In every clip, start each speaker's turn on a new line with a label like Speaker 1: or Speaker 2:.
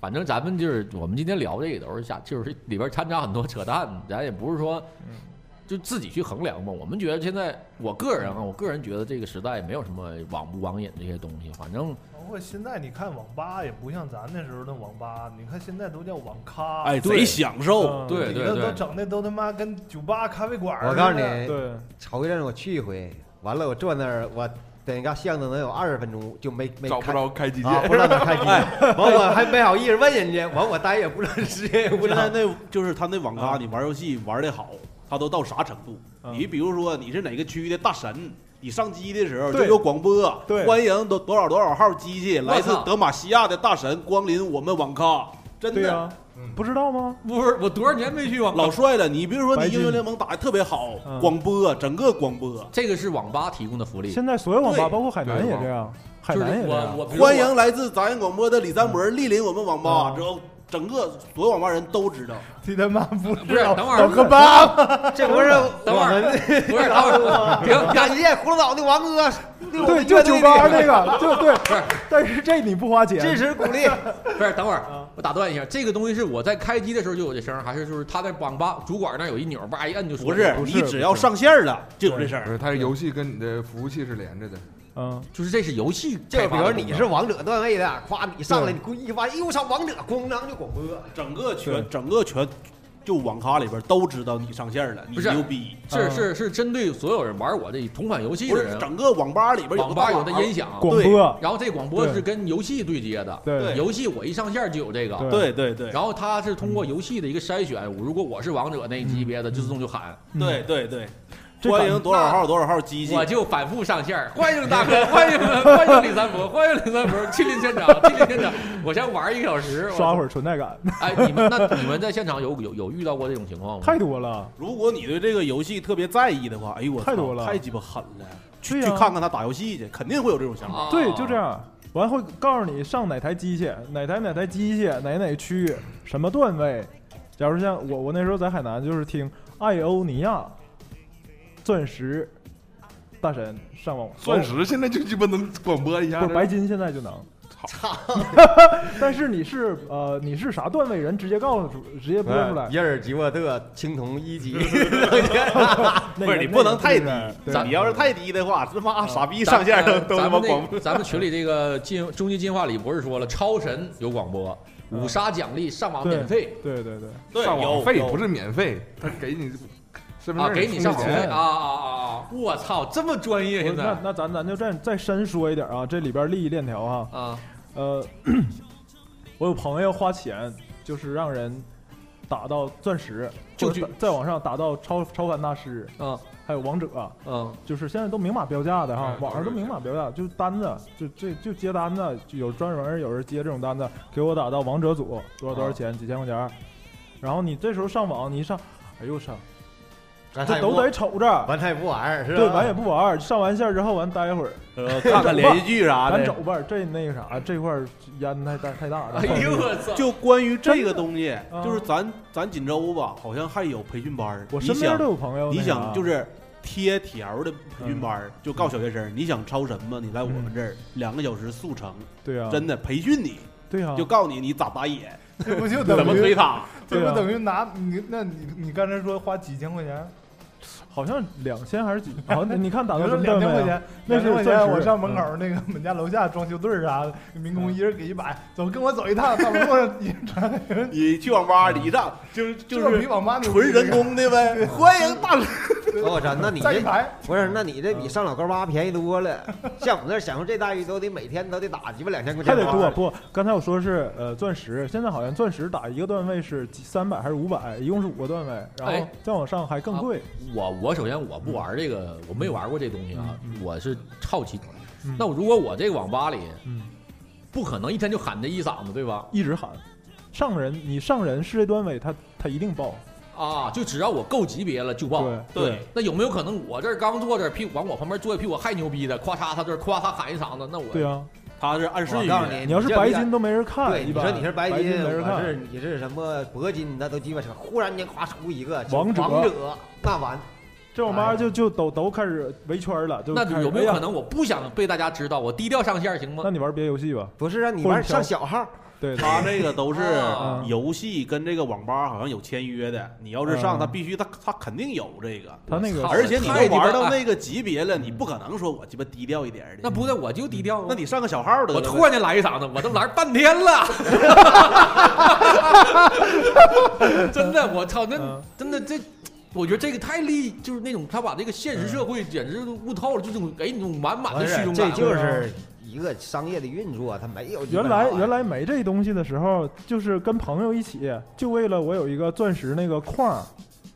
Speaker 1: 反正咱们就是我们今天聊这个都是下，就是里边掺杂很多扯淡，咱也不是说就自己去衡量吧。我们觉得现在，我个人啊，我个人觉得这个时代没有什么网不网瘾这些东西，反正
Speaker 2: 包括现在你看网吧也不像咱那时候的网吧，你看现在都叫网
Speaker 3: 啊
Speaker 2: 咖，
Speaker 4: 哎，哦
Speaker 1: 对
Speaker 4: 贼享受。
Speaker 2: 嗯
Speaker 1: 对
Speaker 2: 你
Speaker 1: 对
Speaker 2: 这
Speaker 1: 对
Speaker 2: 都整的都他妈跟酒吧、咖啡馆儿似的。
Speaker 5: 我告诉你，
Speaker 4: 对，
Speaker 5: 朝月站我去一回，完了我坐那儿，我等一个巷子能有二十分钟，就没没
Speaker 6: 找不
Speaker 5: 开
Speaker 6: 着开机
Speaker 5: 啊，
Speaker 6: 键，
Speaker 5: 不知道哪开机，完我还没好意思问人家，完我待也不知道时间也 不知
Speaker 4: 现
Speaker 5: 道
Speaker 4: 在。那 就是他那网咖，
Speaker 2: 啊
Speaker 4: 你玩游戏玩的好，他都到啥程度？
Speaker 2: 嗯
Speaker 4: 你比如说你是哪个区域的大神，你上机的时候就
Speaker 3: 对
Speaker 4: 有广播，
Speaker 3: 对
Speaker 4: 欢迎多多少多少号机器来自
Speaker 1: 操
Speaker 4: 德玛西亚的大神光临我们网咖，真
Speaker 3: 对啊呀、
Speaker 4: 的
Speaker 2: 嗯
Speaker 3: 不知道吗？
Speaker 1: 不是我多少年没去网
Speaker 4: 老帅了。你比如说
Speaker 3: 白
Speaker 4: 你
Speaker 3: 金
Speaker 4: 英雄联盟打的特别好
Speaker 3: 嗯，
Speaker 4: 广播整个广播，
Speaker 1: 这个是网吧提供的福利，
Speaker 3: 现在所有网吧，
Speaker 4: 对
Speaker 3: 包括海南
Speaker 6: 对
Speaker 3: 也
Speaker 6: 网
Speaker 3: 这样，海
Speaker 1: 就是
Speaker 3: 南也这
Speaker 1: 我
Speaker 3: 样。
Speaker 1: 我比如
Speaker 4: 欢
Speaker 1: 我
Speaker 4: 迎来自杂音广播的李三博莅临我们网吧，
Speaker 3: 嗯
Speaker 4: 之后整个所有网吧人都 知道。
Speaker 2: 你他妈不
Speaker 1: 不是等会儿
Speaker 2: 找个吧？
Speaker 5: 这不是
Speaker 1: 等
Speaker 5: 我
Speaker 1: 会
Speaker 5: 们
Speaker 1: 儿 不是等会儿停
Speaker 5: 感
Speaker 1: 大
Speaker 5: 谢葫芦岛的王哥，
Speaker 3: 对，就酒吧那个，就对。但是这你不花钱，
Speaker 5: 支持鼓励。
Speaker 1: 不是，等会儿我打断一下，这个东西是我在开机的时候就有这声儿，还是就是他在网吧主管那儿有一钮儿，叭一摁就
Speaker 4: 不
Speaker 1: 出来
Speaker 4: 是
Speaker 1: 了，
Speaker 4: 你只要上线了就有这事
Speaker 6: 不
Speaker 4: 儿。
Speaker 6: 是，它是游戏跟你的服务器是连着的，
Speaker 3: 嗯，
Speaker 1: 就是这是游戏
Speaker 5: 就
Speaker 1: 开
Speaker 5: 比
Speaker 1: 发
Speaker 5: 如
Speaker 1: 的功能。
Speaker 5: 你是王者段位的，夸你上来，你故意一发，哎呦我操，王者，咣当就广播。
Speaker 4: 整个
Speaker 3: 对
Speaker 4: 全整个全就网咖里边都知道你上线了，你
Speaker 1: 不是
Speaker 4: 牛逼。
Speaker 1: 是
Speaker 3: 嗯
Speaker 1: 是是针对所有人玩我这同款游戏
Speaker 4: 不
Speaker 1: 的
Speaker 4: 是
Speaker 1: 人，
Speaker 4: 整个网吧里边有
Speaker 1: 网
Speaker 4: 个
Speaker 1: 吧
Speaker 4: 大
Speaker 1: 有的音响，
Speaker 3: 广
Speaker 4: 对
Speaker 3: 播，
Speaker 1: 然后这广播
Speaker 3: 对
Speaker 1: 是跟游戏对接的，
Speaker 3: 对
Speaker 1: 游戏我一上线就有这个。
Speaker 3: 对
Speaker 4: 对对对
Speaker 1: 然后它是通过游戏的一个筛选，如果我是王者那一级
Speaker 3: 嗯
Speaker 1: 别的，就自动就喊，
Speaker 4: 对对对，
Speaker 3: 这
Speaker 4: 欢
Speaker 3: 感
Speaker 4: 迎多少号多少号机器，
Speaker 1: 我就反复上线儿，欢迎大哥，欢 迎欢迎李三伯，欢迎李三伯，亲临现场，亲临现场，我先玩一个小时，我
Speaker 3: 刷会儿存在感，
Speaker 1: 哎，你们那你们在现场有有有遇到过这种情况吗？
Speaker 3: 太多了。
Speaker 4: 如果你对这个游戏特别在意的话，哎呦我操
Speaker 3: 太多了
Speaker 4: 太鸡巴狠了，去
Speaker 3: 对
Speaker 4: 去
Speaker 3: 呀
Speaker 4: 看看他打游戏去，肯定会有这种想法。
Speaker 1: 啊
Speaker 3: 对，就这。样。完会告诉你上哪台机器，哪台哪台机器，哪哪区域，什么段位。假如像我，我那时候在海南就是听艾欧尼亚钻石大神上网，
Speaker 6: 钻石现在就鸡巴能广播一下
Speaker 3: 不
Speaker 6: 了，
Speaker 3: 是白金现在就能。
Speaker 5: 操，
Speaker 3: 但是你是呃你是啥段位人，直接告诉直接播出
Speaker 4: 哎
Speaker 3: 来。
Speaker 5: 伊尔吉沃特青铜 一级，
Speaker 3: 那
Speaker 4: 不
Speaker 3: 个
Speaker 4: 是你不能太低，
Speaker 3: 对
Speaker 4: 你要是太低的话，他妈傻逼
Speaker 1: 咱
Speaker 4: 上线都
Speaker 1: 咱呃咱
Speaker 4: 都他妈
Speaker 1: 们
Speaker 4: 广
Speaker 1: 那
Speaker 4: 播
Speaker 1: 个。咱们群里这个进终极进化里博士说了，超神有广播，
Speaker 2: 嗯
Speaker 1: 五杀奖励上网免费
Speaker 3: 对对 对，
Speaker 4: 对，
Speaker 6: 上网
Speaker 4: 有
Speaker 6: 费
Speaker 4: 有
Speaker 6: 不是免费，他给你身份证
Speaker 1: 啊，给你上网
Speaker 6: 充
Speaker 1: 费
Speaker 6: 钱
Speaker 1: 啊啊啊啊！我操，这么专业
Speaker 3: 我
Speaker 1: 现在
Speaker 3: 那那咱咱就再再深说一点啊，这里边利益链条哈、
Speaker 1: 啊，
Speaker 3: 呃， 我有朋友花钱就是让人打到钻石，
Speaker 1: 就
Speaker 3: 或者
Speaker 1: 去
Speaker 3: 打再往上打到超超凡大师，
Speaker 1: 嗯
Speaker 3: 还有王者，
Speaker 1: 嗯，
Speaker 3: 就是现在都明码标价的哈，
Speaker 6: 嗯
Speaker 3: 网上都明码标价，就单子，就这就接单子，就有专门有人接这种单子，给我打到王者组多少多少钱，几千块钱，然后你这时候上网，你一上，哎呦我操，
Speaker 5: 咱
Speaker 3: 这都得瞅着，
Speaker 5: 完他也不玩，是吧？
Speaker 3: 对，完也不玩，上完线之后完待一会儿，
Speaker 4: 呃看看连续剧
Speaker 1: 啊
Speaker 4: 啥
Speaker 3: 咱
Speaker 4: 的
Speaker 3: 走。吧儿，这那个啥，这块儿烟太大太大了。
Speaker 1: 哎呦我 操，
Speaker 4: 就关于这个东西，
Speaker 3: 嗯
Speaker 4: 就是咱咱锦州吧，好像还有培训班儿。
Speaker 3: 我
Speaker 4: 你
Speaker 3: 身边
Speaker 4: 想
Speaker 3: 都有朋友那啥，啊嗯
Speaker 4: 你想就是贴条的培训班儿，就告小学生，你想超神吗？你来我们这儿两个小时速成，
Speaker 3: 对呀，
Speaker 4: 真的培训你，
Speaker 3: 对啊呀，
Speaker 4: 就告诉你你咋打野，
Speaker 2: 这不就
Speaker 4: 怎么
Speaker 2: 等
Speaker 4: 推
Speaker 2: 于
Speaker 4: 塔。
Speaker 2: 这
Speaker 3: 对
Speaker 2: 不
Speaker 3: 啊
Speaker 2: 等于拿你那你你刚才说花几千块钱，
Speaker 3: 好像两千还是几， 好像你看打
Speaker 2: 你
Speaker 3: 到什
Speaker 2: 说
Speaker 3: 么
Speaker 2: 两
Speaker 3: 段
Speaker 2: 千块
Speaker 3: 位
Speaker 2: 钱
Speaker 3: 啊？，那
Speaker 2: 两
Speaker 3: 是
Speaker 2: 千块
Speaker 3: 钻
Speaker 2: 钱，
Speaker 3: 石嗯
Speaker 2: 我上门口那个我们家楼下装修队儿啥的，民
Speaker 4: 嗯
Speaker 2: 工一人给一百，走，跟我走一趟，到楼上一人传，
Speaker 3: 嗯
Speaker 4: 你去网吧，你一站就是就
Speaker 2: 这比
Speaker 4: 是
Speaker 2: 网吧牛逼
Speaker 4: 纯人，工的 呗。欢迎大神，
Speaker 5: 我操，那你
Speaker 2: 站一
Speaker 5: 哦这
Speaker 2: 排，
Speaker 5: 不是？那你这
Speaker 3: 嗯
Speaker 5: 比上老高吧便宜 多了。像我们这享受这待遇，都得每天都得打鸡巴两千块
Speaker 3: 还
Speaker 5: 钱。
Speaker 3: 得多不？刚才我说是呃钻石，现在好像钻石打一个段位是三百还是五百，一共是五个段位，然后
Speaker 1: 哎
Speaker 3: 再往上还更贵。
Speaker 1: 我我首先我不玩这个，我没玩过这东西啊
Speaker 3: 嗯，
Speaker 1: 我是好奇
Speaker 3: 嗯。
Speaker 1: 那我如果我这个网吧里
Speaker 3: 嗯，
Speaker 1: 不可能一天就喊这一嗓子对吧？
Speaker 3: 一直喊上人，你上人是这段位，他他一定爆。
Speaker 1: 啊，就只要我够级别了就报。
Speaker 3: 对
Speaker 4: 对，
Speaker 1: 那有没有可能我这儿刚坐这儿，屁股往我旁边坐一比我还牛逼的，夸嚓他这儿夸他喊一嗓子，那我
Speaker 3: 对啊，
Speaker 4: 他是暗示
Speaker 5: 我
Speaker 4: 语
Speaker 5: 告诉哎你，
Speaker 3: 你要是
Speaker 5: 这
Speaker 3: 白金，都没人看，
Speaker 5: 对，
Speaker 3: 一
Speaker 5: 你
Speaker 3: 般
Speaker 5: 说你是白
Speaker 3: 白
Speaker 5: 金，
Speaker 3: 没人
Speaker 5: 我
Speaker 3: 看
Speaker 5: 是。你是什么铂金，那都鸡巴扯。忽然间夸出一个
Speaker 3: 王者
Speaker 5: 王者，那完
Speaker 3: 这网
Speaker 5: 哎
Speaker 3: 吧就就都都开始围圈了，就
Speaker 1: 那
Speaker 3: 开始
Speaker 1: 有没有
Speaker 3: 哎呀
Speaker 1: 可能我不想被大家知道，我低调上线行吗
Speaker 3: 那？你玩别的游戏吧，
Speaker 5: 不是让你
Speaker 3: 或者
Speaker 5: 玩
Speaker 3: 你
Speaker 5: 上
Speaker 3: 挑
Speaker 5: 小号，
Speaker 3: 对，
Speaker 4: 他这个都是
Speaker 3: 嗯
Speaker 1: 啊
Speaker 4: 游戏跟这个网吧好像有签约的，你要是上，
Speaker 3: 嗯
Speaker 4: 他必须他他肯定有这个，
Speaker 3: 他那个
Speaker 1: 操
Speaker 4: 而且你都玩到
Speaker 1: 太鸡巴
Speaker 4: 那个级别了，你不可能说我鸡巴低调一点儿的。
Speaker 1: 那不对，我就低调啊。
Speaker 4: 那你上个小号的，
Speaker 1: 我突然间来一嗓子，我都来半天了，真的，我操，那
Speaker 3: 嗯
Speaker 1: 真的这。我觉得这个太厉，就是那种他把这个现实社会简直都悟透了，就这种给你那种满满的虚荣
Speaker 5: 哎这
Speaker 1: 感。
Speaker 5: 就是一个商业的运作，它没有基
Speaker 3: 原
Speaker 5: 本上啊
Speaker 3: 来原来没这东西的时候，就是跟朋友一起，就为了我有一个钻石那个框儿，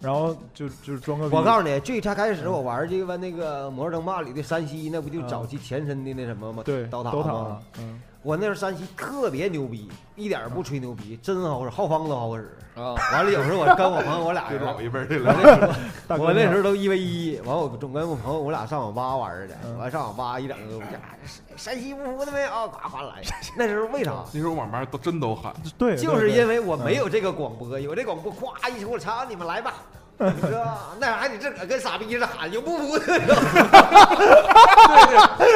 Speaker 3: 然后就就装个逼。
Speaker 5: 我告诉你，最他开始
Speaker 3: 嗯
Speaker 5: 我玩这个那个《魔兽争霸》里的山西，那不就早期前身的那什么吗？
Speaker 3: 嗯对，
Speaker 5: 刀
Speaker 3: 塔
Speaker 5: 塔
Speaker 3: 塔
Speaker 5: 吗？，
Speaker 3: 嗯，
Speaker 5: 我那时候山西特别牛逼，一点儿不吹牛逼，真好使，好方都好使。
Speaker 1: 啊，
Speaker 5: 完了，有时候我跟我朋友我 俩
Speaker 6: 这
Speaker 5: 人，
Speaker 6: 老一辈儿的
Speaker 5: 我
Speaker 6: 了。
Speaker 5: 那时候
Speaker 3: 大哥
Speaker 5: 嗯我那时
Speaker 3: 候
Speaker 5: 候都一 v 一，完我总跟我朋友我俩上网吧玩儿去
Speaker 3: 嗯，
Speaker 5: 完上网吧一整个，我这山西不服的没有，嘎啊哗来。那时候为啥？
Speaker 6: 那时候网吧都真都喊，
Speaker 3: 对，
Speaker 5: 就是因
Speaker 3: 为
Speaker 5: 为我没有这个广播，有这广播，咵一出，操你们 来吧，是吧？那啥，你自个儿跟傻逼似的喊，有不 服的，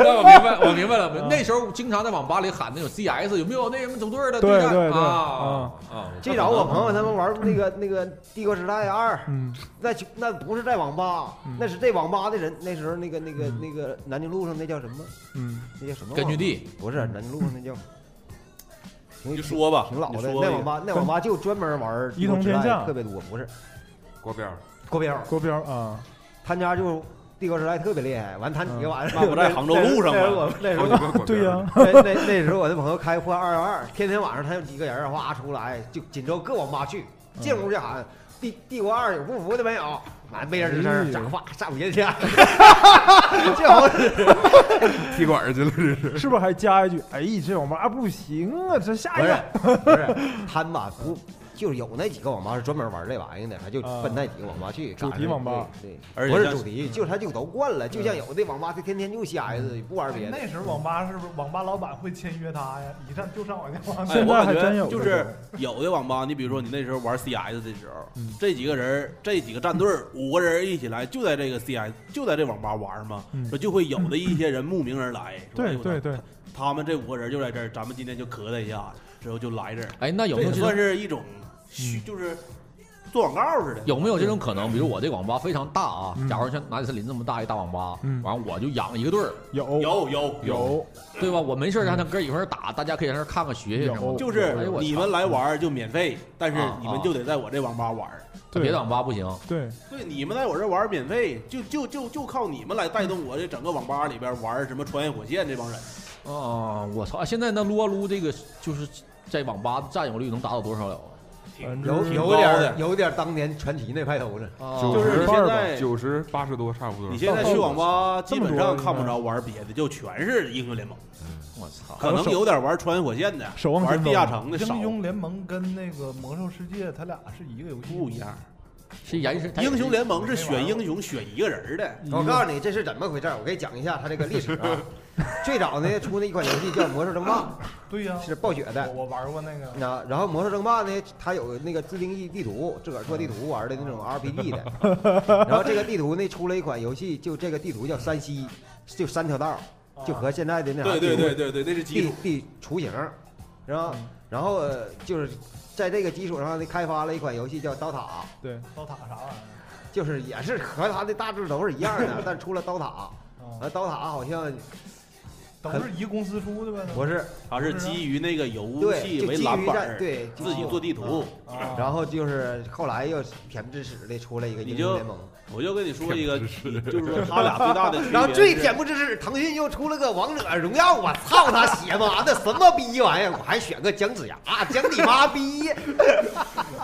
Speaker 1: 那我明白，我明白了。那时候经常在网吧里喊那种 CS，有没有那什么组队的
Speaker 3: 对
Speaker 1: 战
Speaker 3: 对对
Speaker 1: 啊啊！
Speaker 5: 最早我朋友他们玩那个那个《帝国时代二》，
Speaker 3: 嗯，
Speaker 5: 那就那不是在网吧
Speaker 3: 嗯，
Speaker 5: 那是这网吧的人。那时候那个那个
Speaker 3: 嗯
Speaker 5: 那个南京路上那叫什么？
Speaker 3: 嗯，
Speaker 5: 那叫什么？
Speaker 1: 根据，地
Speaker 5: 不是南京路上那叫。挺
Speaker 4: 你说吧，
Speaker 5: 挺老
Speaker 4: 你
Speaker 5: 的，
Speaker 4: 说
Speaker 5: 那
Speaker 4: 吧
Speaker 5: 网吧那网吧就专门玩
Speaker 3: 一统天下
Speaker 5: 特别多，不是
Speaker 6: 国标儿
Speaker 5: 郭彪，
Speaker 3: 国标啊，
Speaker 5: 他家就帝国时代特别厉害，完他几个晚上
Speaker 4: 那不在杭州路上吗
Speaker 5: 那时候我们那时
Speaker 6: 好
Speaker 5: 候
Speaker 6: 几个国标儿
Speaker 3: 对呀，
Speaker 5: 那那那时候我的朋友开破二幺二，天天晚上他有几个人哗出来，就锦州各网吧去，进屋就喊帝帝国二有不服的没有，完没人吱
Speaker 3: 哎
Speaker 5: 声，
Speaker 3: 呦
Speaker 5: 讲话上午人家， 这好使。
Speaker 6: 踢馆儿去了，这是。
Speaker 3: 是不是还加一句？哎，这网吧不行啊，这下一
Speaker 5: 不
Speaker 3: 个，
Speaker 5: 是不是，他们吧不就是有那几个网吧是专门玩这玩意儿的，他就
Speaker 3: 啊
Speaker 5: 奔那几个网吧去。
Speaker 3: 主题
Speaker 5: 赶上
Speaker 3: 网吧嗯
Speaker 5: 对，对
Speaker 4: 而且
Speaker 5: 不是
Speaker 4: 像
Speaker 5: 主题，就是他就都惯了，就像有的网吧他天天就 CS，不玩别的。
Speaker 2: 那时候网吧是不是网吧老板会签约他呀？一上就上我家网吧
Speaker 4: 哎，
Speaker 3: 现
Speaker 4: 我
Speaker 3: 在
Speaker 4: 感
Speaker 3: 还
Speaker 4: 觉
Speaker 3: 真有
Speaker 4: 就
Speaker 3: 这
Speaker 4: 是
Speaker 3: 种
Speaker 4: 有的网吧，你比如说你那时候玩 CS 的时候
Speaker 3: 嗯，
Speaker 4: 这几个人，这几个战队儿五个人一起来，就在这个 CS，就在这网吧玩嘛
Speaker 3: 嗯，
Speaker 4: 说就会有的一些人慕名而来，说
Speaker 3: 对对，
Speaker 4: 哎
Speaker 3: 对
Speaker 4: 呦，他们这五个人就在这儿，咱们今天就磕他一下，之后就来这儿，
Speaker 1: 哎，那有没
Speaker 4: 这也
Speaker 1: 有这
Speaker 4: 算
Speaker 1: 种
Speaker 4: 是一种虚，
Speaker 3: 嗯
Speaker 4: 就是做广告似的。
Speaker 1: 有没有这种可能？比如我这网吧非常大啊
Speaker 3: 嗯，
Speaker 1: 假如像南森林这么大一大网吧
Speaker 3: 嗯，
Speaker 1: 完我就养一个队儿，
Speaker 3: 有
Speaker 4: 有有
Speaker 3: 有，
Speaker 1: 对
Speaker 4: 嗯
Speaker 1: 吧？我没事儿让他哥一块儿打，大家可以在那儿看看学学什么
Speaker 3: 有。
Speaker 4: 就是
Speaker 1: 哎我操
Speaker 4: 你们来玩儿就免费，但是
Speaker 1: 啊
Speaker 4: 你们就得在我这网吧玩儿。
Speaker 3: 对
Speaker 1: 别的网吧不行，
Speaker 3: 对，
Speaker 4: 对，你们在我这玩儿免费，就就就就靠你们来带动我这整个网吧里边玩儿什么穿越火线这帮人。
Speaker 1: 啊，我操！现在那撸啊撸这个就是在网吧的占有率能达到多少了？
Speaker 4: 挺
Speaker 3: 反
Speaker 5: 有
Speaker 3: 正
Speaker 5: 有点儿有点儿当年传奇那派头子，
Speaker 1: 啊
Speaker 6: 就
Speaker 4: 就是
Speaker 6: 是
Speaker 4: 你现在，
Speaker 6: 九十八十多差不多
Speaker 4: 你。现在去网吧基本上看不
Speaker 3: 这么
Speaker 4: 着玩儿别的，就全是英雄联盟，
Speaker 1: 我操！
Speaker 4: 可能有点玩儿穿越火线的，
Speaker 3: 守望
Speaker 4: 玩
Speaker 3: 先
Speaker 4: 儿
Speaker 3: 锋
Speaker 4: 地下城的少
Speaker 2: 英，雄联盟跟那个魔兽世界，它俩是一个游戏，
Speaker 4: 不一。样。
Speaker 1: 是延伸
Speaker 4: 英雄联盟是
Speaker 2: 没
Speaker 4: 选
Speaker 2: 玩儿
Speaker 4: 英雄选一个人儿
Speaker 3: 嗯
Speaker 4: 的，
Speaker 5: 我告诉你这是怎么回事儿，我给你讲一下它这个历史 啊。最早呢出那一款游戏叫《魔兽争霸
Speaker 2: 对呀、》，
Speaker 5: 是暴雪的。
Speaker 2: 我我玩过那个，
Speaker 5: 那然后《魔兽争霸》呢，它有那个自定义地图，自个儿做地图玩的那种 RPG 的。然后这个地图呢，出了一款游戏，就这个地图叫山西，就三条道，就和现在的那啥
Speaker 4: 啊对对对对对，那是基
Speaker 5: 地
Speaker 4: 础。嗯
Speaker 5: 地雏形，然后然后呃就是在这个基础上呢，开发了一款游戏叫《刀塔》，
Speaker 3: 对，
Speaker 2: 刀塔啥玩意
Speaker 5: 就是也是和它的大致都是一 样的，但出了刀塔，
Speaker 2: 儿？啊，
Speaker 5: 而刀塔好像
Speaker 2: 都是一个公司出的呗。
Speaker 5: 不是
Speaker 4: 它啊是基于那个游
Speaker 5: 对，
Speaker 4: 戏
Speaker 5: 就
Speaker 4: 为
Speaker 5: 基
Speaker 4: 蓝
Speaker 5: 于
Speaker 4: 本
Speaker 5: 在
Speaker 4: 儿，
Speaker 5: 对
Speaker 4: 自己做地图。
Speaker 2: 啊，
Speaker 5: 然后就是后来又恬不知耻的出了一个英
Speaker 4: 你就
Speaker 5: 雄联盟，
Speaker 4: 我就跟你说一个，就是说他俩最大 的区别是，
Speaker 5: 然后最恬不知耻，腾讯又出了个王者荣耀，我操他血妈的什么逼玩意儿！我还选个姜子牙，姜你妈逼！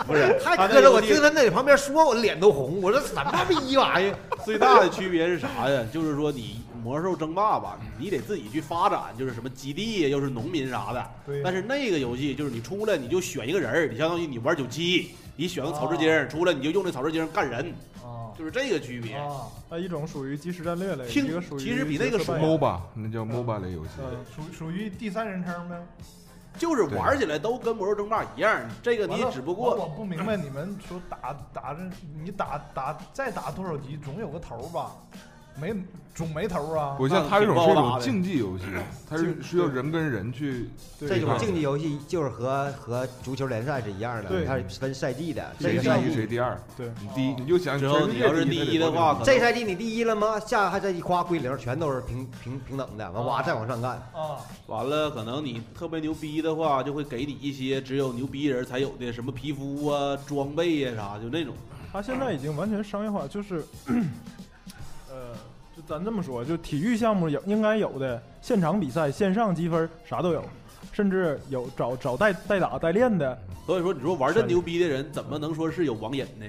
Speaker 4: 不是
Speaker 5: 太
Speaker 4: 他
Speaker 5: 磕
Speaker 4: 那
Speaker 5: 碜，
Speaker 4: 个
Speaker 5: 我
Speaker 4: 地
Speaker 5: 听他那旁边说我脸都红，我说什么逼玩意儿？
Speaker 4: 最大的区别是啥呀？就是说你魔兽争霸吧，你得自己去发展，就是什么基地呀，又是农民啥的。
Speaker 2: 对
Speaker 4: 但是那个游戏就是你出来你就选一个人儿，你相当于你玩九七，你选个草之
Speaker 5: 哦
Speaker 4: 精，出来你就用这草之精干人，
Speaker 2: 啊
Speaker 4: 就是这个区别。
Speaker 5: 哦
Speaker 2: 啊，
Speaker 3: 它一种属于即时战略类，
Speaker 4: 听
Speaker 3: 一个属于
Speaker 4: 其实比那个
Speaker 3: 角色
Speaker 4: 熟
Speaker 3: 扮演
Speaker 6: MOBA 那叫 MOBA 类游戏，
Speaker 3: 嗯
Speaker 2: 呃属属于第三人称呗。
Speaker 4: 就是玩起来都跟魔兽争霸一样，这个
Speaker 2: 完
Speaker 4: 你
Speaker 2: 了
Speaker 4: 只不
Speaker 2: 我
Speaker 4: 过
Speaker 2: 我不明白你们说打打这，你打打再打多少级，总有个头儿吧？没总没头啊。
Speaker 6: 我像
Speaker 4: 那
Speaker 6: 它这种
Speaker 4: 挺
Speaker 6: 是一
Speaker 4: 高大
Speaker 6: 种
Speaker 4: 的
Speaker 6: 竞技游戏，它是需要人跟人去
Speaker 5: 这
Speaker 6: 对
Speaker 5: 种竞技游戏就是和和足球联赛是一样的
Speaker 3: 对，
Speaker 5: 它是分赛季的。这
Speaker 6: 谁
Speaker 5: 个
Speaker 6: 第
Speaker 5: 赛
Speaker 6: 一
Speaker 5: 季，
Speaker 6: 谁第二，
Speaker 3: 对
Speaker 6: 你第一你就想
Speaker 4: 只要
Speaker 6: 全世
Speaker 4: 你
Speaker 6: 界
Speaker 4: 要是
Speaker 6: 第
Speaker 4: 第一的话，可能
Speaker 5: 这赛季你第一了吗？下个赛季夸归零，全都是平平平等的，完哇再往上干。
Speaker 2: 啊，
Speaker 4: 完了，可能你特别牛逼的话，就会给你一些只有牛逼人才有的什么皮肤啊、装备呀、啥，就那种。
Speaker 3: 他现在已经完全商业化， 就是，呃，就咱这么说，就体育项目有应该有的现场比赛、线上积分啥都有，甚至有找找代代打代练的，
Speaker 4: 所以说，你说玩这牛逼的人，怎么能说是有网瘾呢？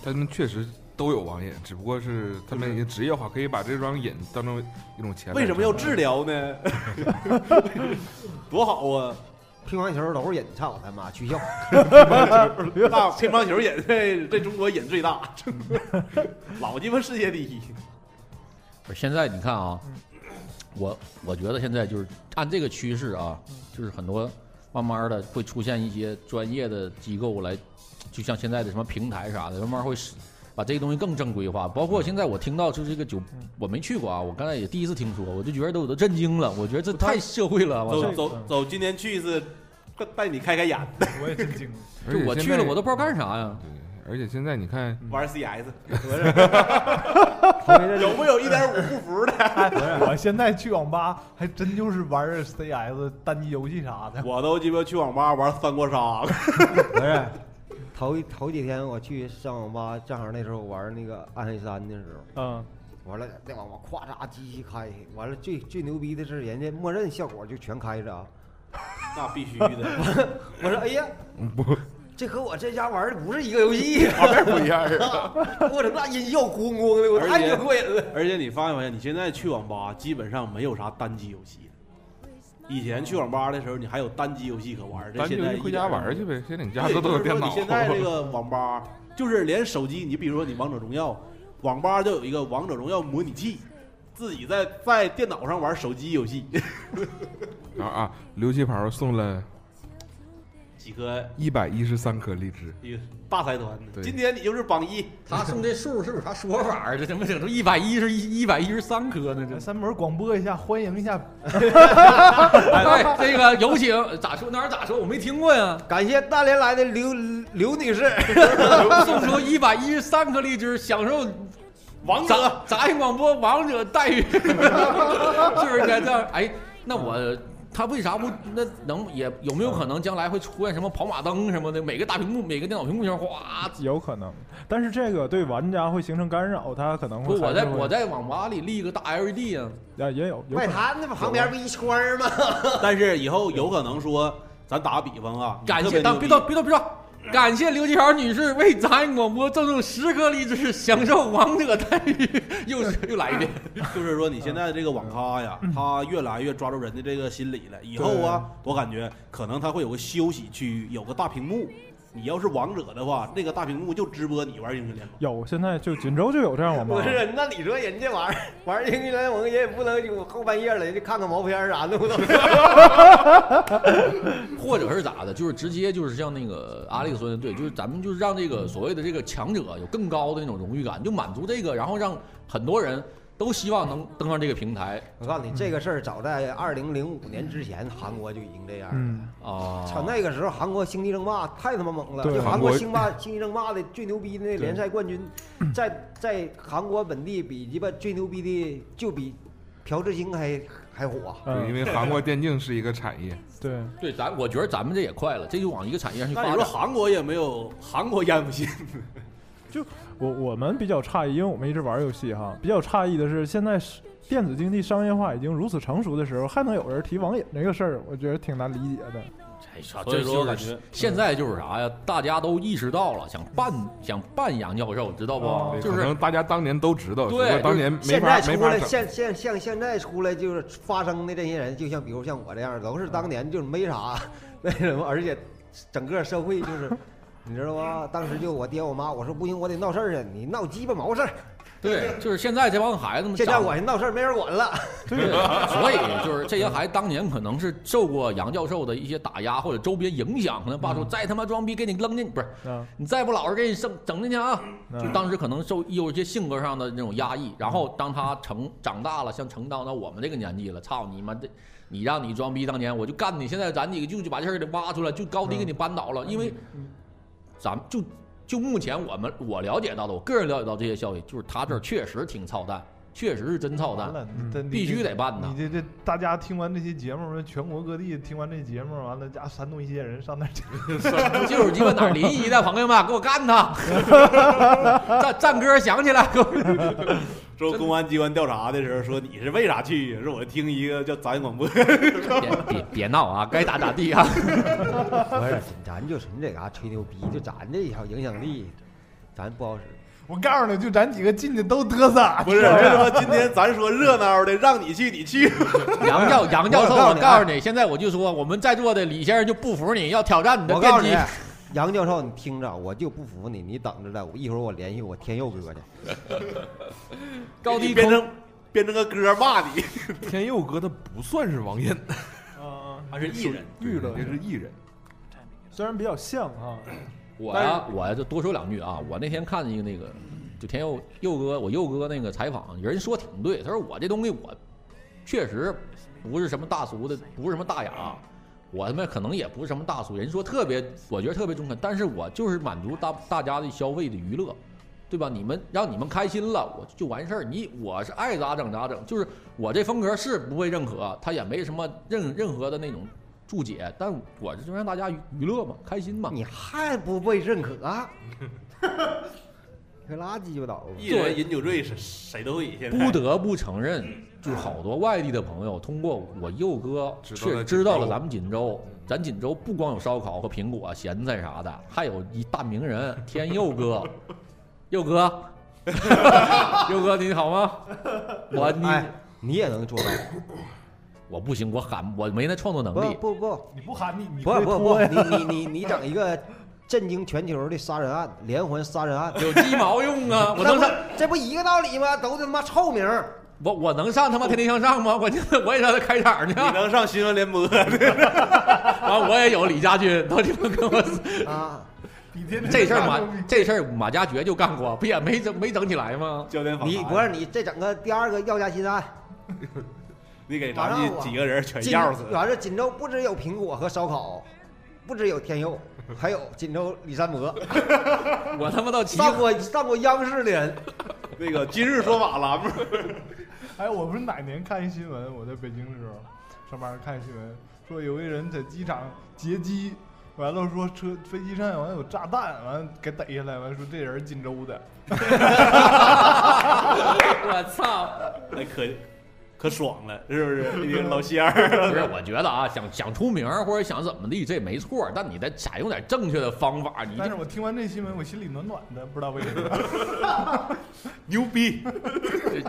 Speaker 6: 他们确实都有网瘾，只不过是他们已经职业化，可以把这双瘾当成一种钱。
Speaker 4: 为什么要治疗呢？ 多好啊！
Speaker 5: 乒乓球都是瘾，操我他妈，取消。
Speaker 4: 那乒乓球瘾在在中国瘾最大， 老鸡巴世界第一。
Speaker 1: 不是现在你看啊，
Speaker 6: 嗯
Speaker 1: 我我觉得现在就是按这个趋势啊，
Speaker 6: 嗯
Speaker 1: 就是很多慢慢的会出现一些专业的机构来，就像现在的什么平台啥的，慢慢会使把这个东西更正规化。包括现在我听到就是这个酒，
Speaker 6: 嗯
Speaker 1: 我没去过啊，我刚才也第一次听说，我就觉得都我都震惊了，我觉得这太社会了，我操！
Speaker 4: 走走走，今天去一次，快带你开开眼，
Speaker 2: 我也真惊了。
Speaker 6: 而
Speaker 1: 就
Speaker 6: 且
Speaker 1: 我
Speaker 6: 现
Speaker 1: 去了，
Speaker 6: 在
Speaker 1: 我都不知道干啥呀。
Speaker 6: 对，而且现在你看，
Speaker 4: 玩 CS，
Speaker 2: 头一阵
Speaker 4: 有没有一点五不服的？
Speaker 3: 哎
Speaker 2: 我现在去网吧还真就是玩儿 CS 单机游戏啥的。
Speaker 4: 我都鸡巴去网吧玩三国杀了。
Speaker 2: 不是，
Speaker 5: 头一头几天我去上网吧，正好那时候玩那个暗黑三的时候，
Speaker 3: 嗯，
Speaker 5: 完了那网吧咵嚓机器开，完了最最牛逼的是人家默认效果就全开着啊。
Speaker 4: 那必须的，
Speaker 5: 我说哎呀，这和我这家玩儿的不是一个游戏呀、啊，不一样啊！ 我操，那音效咣咣的，我
Speaker 4: 而
Speaker 5: 太
Speaker 4: 且
Speaker 5: 他妈过瘾了。
Speaker 4: 而且你发没发现，你现在去网吧基本上没有啥单机游戏。以前去网吧的时候，你还有单机游戏可玩儿，这
Speaker 6: 咱
Speaker 4: 现
Speaker 6: 就
Speaker 4: 在一点儿
Speaker 6: 回家玩儿去呗。现在你
Speaker 4: 对。
Speaker 6: 家都都有电脑
Speaker 4: 就是说你。现在这 个网吧，就是连手机，你比如说你王者荣耀，网吧就有一个王者荣耀模拟器，自己在在电脑上玩手机游戏，
Speaker 6: 然后 啊，刘奇袍送了
Speaker 4: 几个
Speaker 6: 一百一十三颗荔枝，
Speaker 4: 一个大财团的。
Speaker 6: 对
Speaker 4: 今天你就是榜一，
Speaker 1: 他送这数是有啥说法儿？这怎么整成一百一十一一百一十三颗呢？这
Speaker 2: 三门广播一下，欢迎一下
Speaker 1: 哎，这个有请咋说哪儿咋说？我没听过呀。
Speaker 5: 感谢大连来的刘刘女士，
Speaker 1: 送出一百一十三颗荔枝，享受
Speaker 4: 王者
Speaker 1: 杂杂音广播王者待遇， 是不是应该这样？哎，那我。他为啥不那能也有没有可能将来会出现什么跑马灯什么的？每个大屏幕、每个电脑屏幕上哗，
Speaker 3: 有可能，但是这个对玩家会形成干扰，他可能
Speaker 1: 不
Speaker 3: 会
Speaker 1: 我在
Speaker 3: 还是会
Speaker 1: 我在网吧里立一个大 LED 啊，
Speaker 3: 啊也有有可
Speaker 5: 外
Speaker 3: 能
Speaker 5: 滩那不旁边不一圈儿吗？
Speaker 4: 但是以后有可能说，咱打个比方啊，
Speaker 1: 感
Speaker 4: 你特
Speaker 1: 谢
Speaker 4: 别
Speaker 1: 当
Speaker 4: 牛逼
Speaker 1: 别动别动别动，感谢刘继桥女士为杂音广播赠送十颗荔枝，享受王者待遇，又是又来一遍。
Speaker 4: 就是说你现在这个网咖呀，
Speaker 1: 嗯
Speaker 4: 它越来越抓住人的这个心理了。以后啊，我感觉可能它会有个休息区，有个大屏幕。你要是王者的话，那个大屏幕就直播你玩英雄联盟。
Speaker 3: 有，现在就锦州就有这样网吧
Speaker 5: 不，是，那你说人家玩儿玩英雄联盟，人也不能就后半夜了，人家看看毛片儿啥的，不都？
Speaker 1: 或者是咋的，就是直接就是像那个阿丽说的，对，就是咱们就是让这个所谓的这个强者有更高的那种荣誉感，就满足这个，然后让很多人都希望能登上这个平台
Speaker 5: 我告诉
Speaker 6: 嗯
Speaker 5: 你，这个事儿早在二零零五年之前，韩国就已经这样了。
Speaker 3: 嗯，
Speaker 1: 啊。
Speaker 5: 操，那个时候韩国星际争霸太他妈猛了！
Speaker 3: 对
Speaker 5: 就韩
Speaker 6: 韩
Speaker 5: 国
Speaker 6: 国
Speaker 5: 星霸星际争霸的最牛逼的那联赛冠军，
Speaker 6: 嗯
Speaker 5: 在在韩国本地比鸡巴最牛逼的就比朴智星还还火。
Speaker 6: 对，因
Speaker 3: 嗯
Speaker 6: 为韩国电竞是一个产业，
Speaker 3: 对，
Speaker 1: 对，咱我觉得咱们这也快了，这就往一个产业上去
Speaker 4: 那你
Speaker 1: 发
Speaker 4: 说
Speaker 1: 展。
Speaker 4: 韩国也没有韩国烟不信，
Speaker 3: 我我们比较诧异，因为我们一直玩游戏哈，比较诧异的是，现在是电子竞技商业化已经如此成熟的时候，还能有人提网瘾这个事儿，我觉得挺难理解的。
Speaker 1: 哎呀
Speaker 4: 所
Speaker 1: 这
Speaker 4: 以说
Speaker 1: 就是
Speaker 4: 我感觉
Speaker 1: 现在就是啥呀？大家都意识到了，想扮想扮杨教授，知道
Speaker 3: 哦
Speaker 1: 不？
Speaker 6: 对
Speaker 1: 就
Speaker 6: 可
Speaker 1: 是
Speaker 6: 能大家当年都知道，只不
Speaker 1: 对
Speaker 6: 过当年没
Speaker 5: 现在
Speaker 6: 法没
Speaker 5: 出
Speaker 6: 法
Speaker 5: 来，
Speaker 6: 整。
Speaker 5: 现现像现在出来就是发生的这些人，就像比如像我这样，都是当年就是没啥那什么，而且整个社会就是，你知道吧？当时就我爹我妈，我说不行，我得闹事儿啊！你闹鸡巴毛事儿，
Speaker 1: 对，就是现在这帮孩子们
Speaker 5: 现在
Speaker 1: 长
Speaker 5: 我闹事儿没人管 了，
Speaker 1: 对，所以就是这些孩子当年可能是受过杨教授的一些打压或者周边影响，可能爸说再他妈装逼给你扔进，不是
Speaker 3: 嗯
Speaker 1: 你再不老实给你整整进去啊！
Speaker 3: 嗯
Speaker 1: 就当时可能受有一些性格上的那种压抑，然后当他成长大了，像成到到我们这个年纪了，操你妈的！你让你装逼当年我就干你，现在咱几个就就把这事儿给挖出来，就高低给你扳倒了，因为咱们就就目前我们我了解到的，我个人了解到这些消息，就是他这儿确实挺操蛋，确实是真操
Speaker 2: 完
Speaker 1: 蛋。
Speaker 3: 嗯
Speaker 2: 了，你这
Speaker 1: 必须得办呐
Speaker 2: 你这这大家听完这些节目，全国各地听完这节目，完了家山东一些人上那儿去，
Speaker 1: 就是鸡巴哪儿临沂的朋友们，给我干 他！战战歌响起来，给我
Speaker 4: 说公安机关调查的时候说你是为啥去？啊说我听一个叫杂音广播，
Speaker 1: 啊别别别闹啊，该咋咋地啊！
Speaker 5: 不是，咱就是你这嘎吹牛逼，就咱这一条影响力，咱不好使。
Speaker 2: 我告诉你，就咱几个进去都嘚瑟，
Speaker 4: 不是
Speaker 1: 啊
Speaker 4: 为什么今天咱说热闹的，让你去你去，
Speaker 1: 杨教杨教授，
Speaker 5: 我告诉
Speaker 1: 我
Speaker 5: 你
Speaker 1: 告
Speaker 5: 啊
Speaker 1: 诉你，现在我就说，我们在座的李先生就不服你，要挑战你的
Speaker 5: 我
Speaker 1: 电
Speaker 5: 告诉
Speaker 1: 击
Speaker 5: 你。，杨教授，你听着，我就不服你，你等着了，我一会儿我联系我天佑哥去。
Speaker 1: 高低
Speaker 4: 变
Speaker 1: 空，
Speaker 4: 成变成个歌骂你，
Speaker 6: 天佑哥他不算是王印，
Speaker 3: 嗯，
Speaker 4: 还是艺人。
Speaker 3: 娱乐
Speaker 6: 也是艺人，
Speaker 3: 虽然比较像啊，
Speaker 1: 我呀，我呀就多说两句啊。我那天看见一个那个，就天佑佑哥，我佑哥那个采访，人说挺对，他说我这东西我确实不是什么大俗的，不是什么大雅，我他妈可能也不是什么大俗，人说特别，我觉得特别中肯，但是我就是满足大大家的消费的娱乐，对吧？你们让你们开心了，我就完事儿。你我是爱咋整咋整，就是我这风格是不被认可，他也没什么任任何的那种注解，但我就让大家娱娱乐嘛，开心嘛。
Speaker 5: 你还不被认可、啊？ 可拉鸡巴倒吧！
Speaker 4: 艺人饮酒醉是谁都会，现在
Speaker 1: 不得不承认，就好多外地的朋友通过我佑哥
Speaker 6: 知道
Speaker 1: 确
Speaker 6: 了
Speaker 1: 知道了
Speaker 6: 锦州
Speaker 1: 咱
Speaker 6: 嗯
Speaker 1: 们锦州，咱锦州不光有烧烤和苹果、咸菜啥的，还有一大名人天佑 哥，佑哥，佑哥你好吗？我你、
Speaker 5: 哎，你也能做到？
Speaker 1: 我不行，我喊我没那创作能
Speaker 5: 不
Speaker 1: 力。
Speaker 5: 不不
Speaker 2: 你不喊你，你
Speaker 5: 不
Speaker 2: 会
Speaker 5: 不
Speaker 2: 脱
Speaker 5: 不，
Speaker 2: 呀
Speaker 5: 你你你你整一个震惊全球的杀人案，连环杀人案，
Speaker 1: 有鸡毛用啊！我
Speaker 5: 那
Speaker 1: 能
Speaker 5: 不
Speaker 1: 上
Speaker 5: 这不一个道理吗？都他妈臭名儿。
Speaker 1: 我我能上他妈天天向上吗？关键我也让他开场去，啊
Speaker 4: 你能上新闻 联播，
Speaker 1: 完我也有李佳军，都你妈跟我
Speaker 5: 啊！
Speaker 2: 比天天
Speaker 1: 这事儿
Speaker 2: 大
Speaker 1: 马
Speaker 2: 众比
Speaker 1: 这事儿马加爵就干过，不也没整没整起来吗？
Speaker 4: 焦点访
Speaker 5: 你
Speaker 4: 谈
Speaker 5: 不是你这整个第二个药价新案，
Speaker 4: 你给咱们几个人全
Speaker 5: 锦
Speaker 4: 钥匙，
Speaker 5: 完事锦州不只有苹果和烧烤，不只有天佑，还有锦州李三伯，
Speaker 1: 我他妈到极
Speaker 5: 上过上过央视的人，
Speaker 4: 那个今日说法栏目，
Speaker 2: 哎，我不是哪年看一新闻，我在北京的时候上班看一新闻，说有一人在机场劫机，完了说车飞机上完有炸弹，完了给逮下来，完了说这人是锦州的，
Speaker 1: 我操！
Speaker 4: 哎可可爽了，是不是？ 那个老仙儿，
Speaker 1: 不是，我觉得啊，想想出名儿或者想怎么地，这没错儿，但你得采用点正确的方法。你
Speaker 2: 但
Speaker 1: 这
Speaker 2: 是我听完这新闻，我心里暖暖的，不知道为什么。
Speaker 4: 牛逼！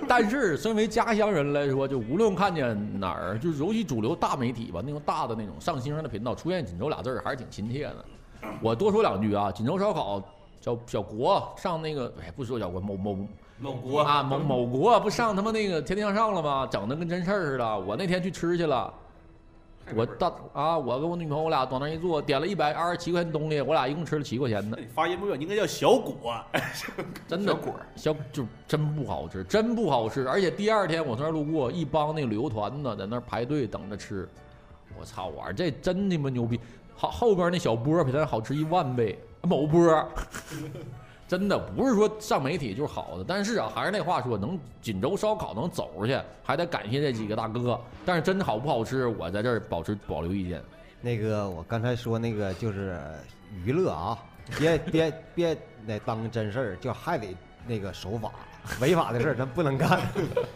Speaker 1: 但是身为家乡人来说，就无论看见哪儿，就是尤其主流大媒体吧，那种大的那种上星儿的频道出现“锦州”俩字儿，还是挺亲切的。我多说两句啊，锦州烧烤小小国上那个，哎，不说小国某某
Speaker 4: 某国
Speaker 1: 啊，某某国不上他妈那个《天天向上》了吗？整的跟真事儿似的。我那天去吃去了，我大啊，我跟我女朋友我俩往那儿一坐，点了一百二十七块钱东西，我俩一共吃了七块钱的
Speaker 4: 那，你发音不标准，应该叫小果。
Speaker 1: 真的果小就真不好吃，真不好吃。而且第二天我从那儿路过，一帮那个旅游团呢在那儿排队等着吃，我操，我说这真他妈牛逼！后后边那小波比咱好吃一万倍，某波。 真的不是说上媒体就是好的，但是啊，还是那话说，能锦州烧烤能走出去，还得感谢这几个大哥。但是真的好不好吃，我在这儿保持保留意见。
Speaker 5: 那个我刚才说那个就是娱乐啊，别别别那当真事儿，就还得那个守法，违法的事儿咱不能干。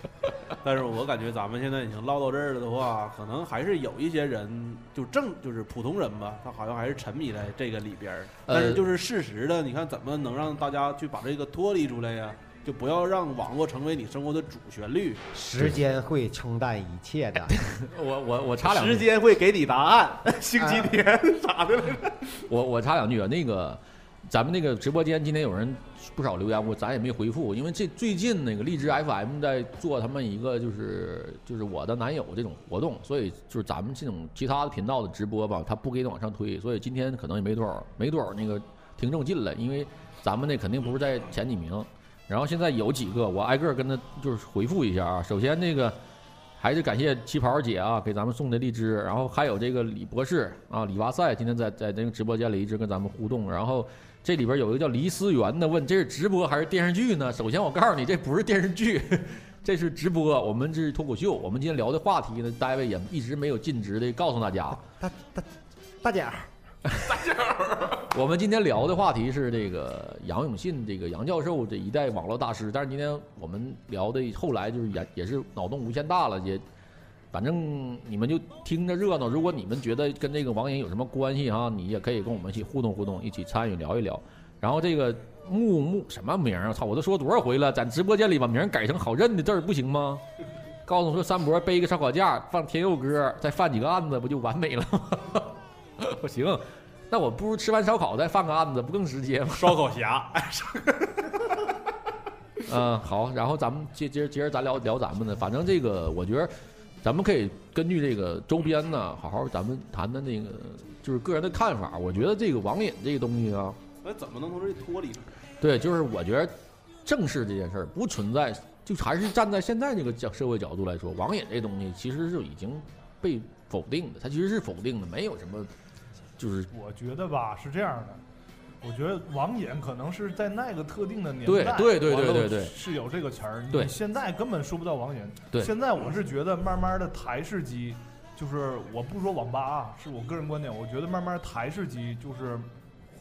Speaker 4: 但是我感觉咱们现在已经唠到这儿了的话，可能还是有一些人就正就是普通人吧，他好像还是沉迷在这个里边儿。
Speaker 1: 呃
Speaker 4: 但是就是事实的，你看怎么能让大家去把这个脱离出来呀、就不要让网络成为你生活的主旋律，
Speaker 5: 时间会冲淡一切的。
Speaker 1: 我我我插两句，
Speaker 4: 时间 哎会给你答案。星期天啥的，
Speaker 1: 我我插两句啊，那个咱们那个直播间今天有人不少留言，我咱也没回复，因为这最近那个荔枝 FM 在做他们一个就是就是我的男友这种活动，所以就是咱们这种其他的频道的直播吧，他不给你往上推，所以今天可能也没多少没多少那个听众进来，因为咱们那肯定不是在前几名。然后现在有几个，我挨个跟他就是回复一下啊。首先那个还是感谢旗袍姐啊，给咱们送的荔枝，然后还有这个李博士啊，李哇塞，今天在在那个直播间里一直跟咱们互动。然后这里边有一个叫黎思源的问，这是直播还是电视剧呢？首先我告诉你，这不是电视剧， 这是直播，我们这是脱口秀。我们今天聊的话题呢，大卫也一直没有尽职的告诉大家，啊
Speaker 5: 大姐，
Speaker 1: 我们今天聊的话题是这个杨永信，这个杨教授这一代网络大师。但是今天我们聊的后来就是也也是脑洞无限大了，也反正你们就听着热闹。如果你们觉得跟这个王岩有什么关系啊，你也可以跟我们一起互动互动，一起参与聊一聊。然后这个木木什么名儿啊？操，我都说多少回了，咱直播间里把名儿改成好认的字儿不行吗？告诉我说三伯背一个烧烤架，放天佑歌，再放几个案子，不就完美了吗？ 不行，那我不如吃完烧烤再放个案子，不更直接吗？
Speaker 4: 烧烤侠，
Speaker 1: 嗯，好，然后咱们接接着接着咱聊聊咱们的，反正这个我觉得咱们可以根据这个周边呢，好好咱们谈谈那个就是个人的看法。我觉得这个网瘾这个东西啊，
Speaker 4: 那怎么能从这里脱离呢？
Speaker 1: 对，就是我觉得正视这件事儿不存在，就还是站在现在这个角社会角度来说，网瘾这东西其实就已经被否定的，它其实是否定的，没有什么就是
Speaker 3: 我觉得吧是这样的，我觉得网瘾可能是在那个特定的年
Speaker 1: 对
Speaker 3: 代，
Speaker 1: 对对对
Speaker 3: 网络
Speaker 1: 对对
Speaker 3: 是有这个词儿。
Speaker 1: 对
Speaker 3: 你现在根本说不到网瘾。
Speaker 1: 对
Speaker 3: 现在我是觉得慢慢的台式机，就是我不说网吧啊，是我个人观点，我觉得慢慢台式机就是。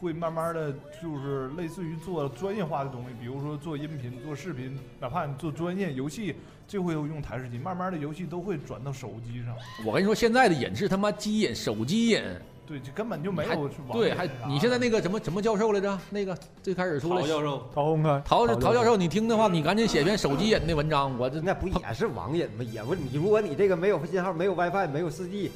Speaker 3: 会慢慢的就是类似于做专业化的东西，比如说做音频、做视频，哪怕你做专业游戏，这会用台式机。慢慢的游戏都会转到手机上，
Speaker 1: 我跟你说，现在的瘾是他妈机瘾、手机瘾，
Speaker 3: 对，就根本就没
Speaker 1: 还
Speaker 3: 有是网
Speaker 1: 对，
Speaker 3: 瘾
Speaker 1: 还
Speaker 3: 啥
Speaker 1: 你现在
Speaker 3: 的
Speaker 1: 那个什么什么教授来着？那个最开始说了，
Speaker 4: 曹教授，
Speaker 7: 陶宏开，
Speaker 1: 陶
Speaker 7: 陶
Speaker 1: 陶教授，你听的话，你赶紧写篇手机瘾的文章，我这
Speaker 5: 那不也是网瘾吗？也不，你如果你这个没有信号、没有 WiFi、没有 4G，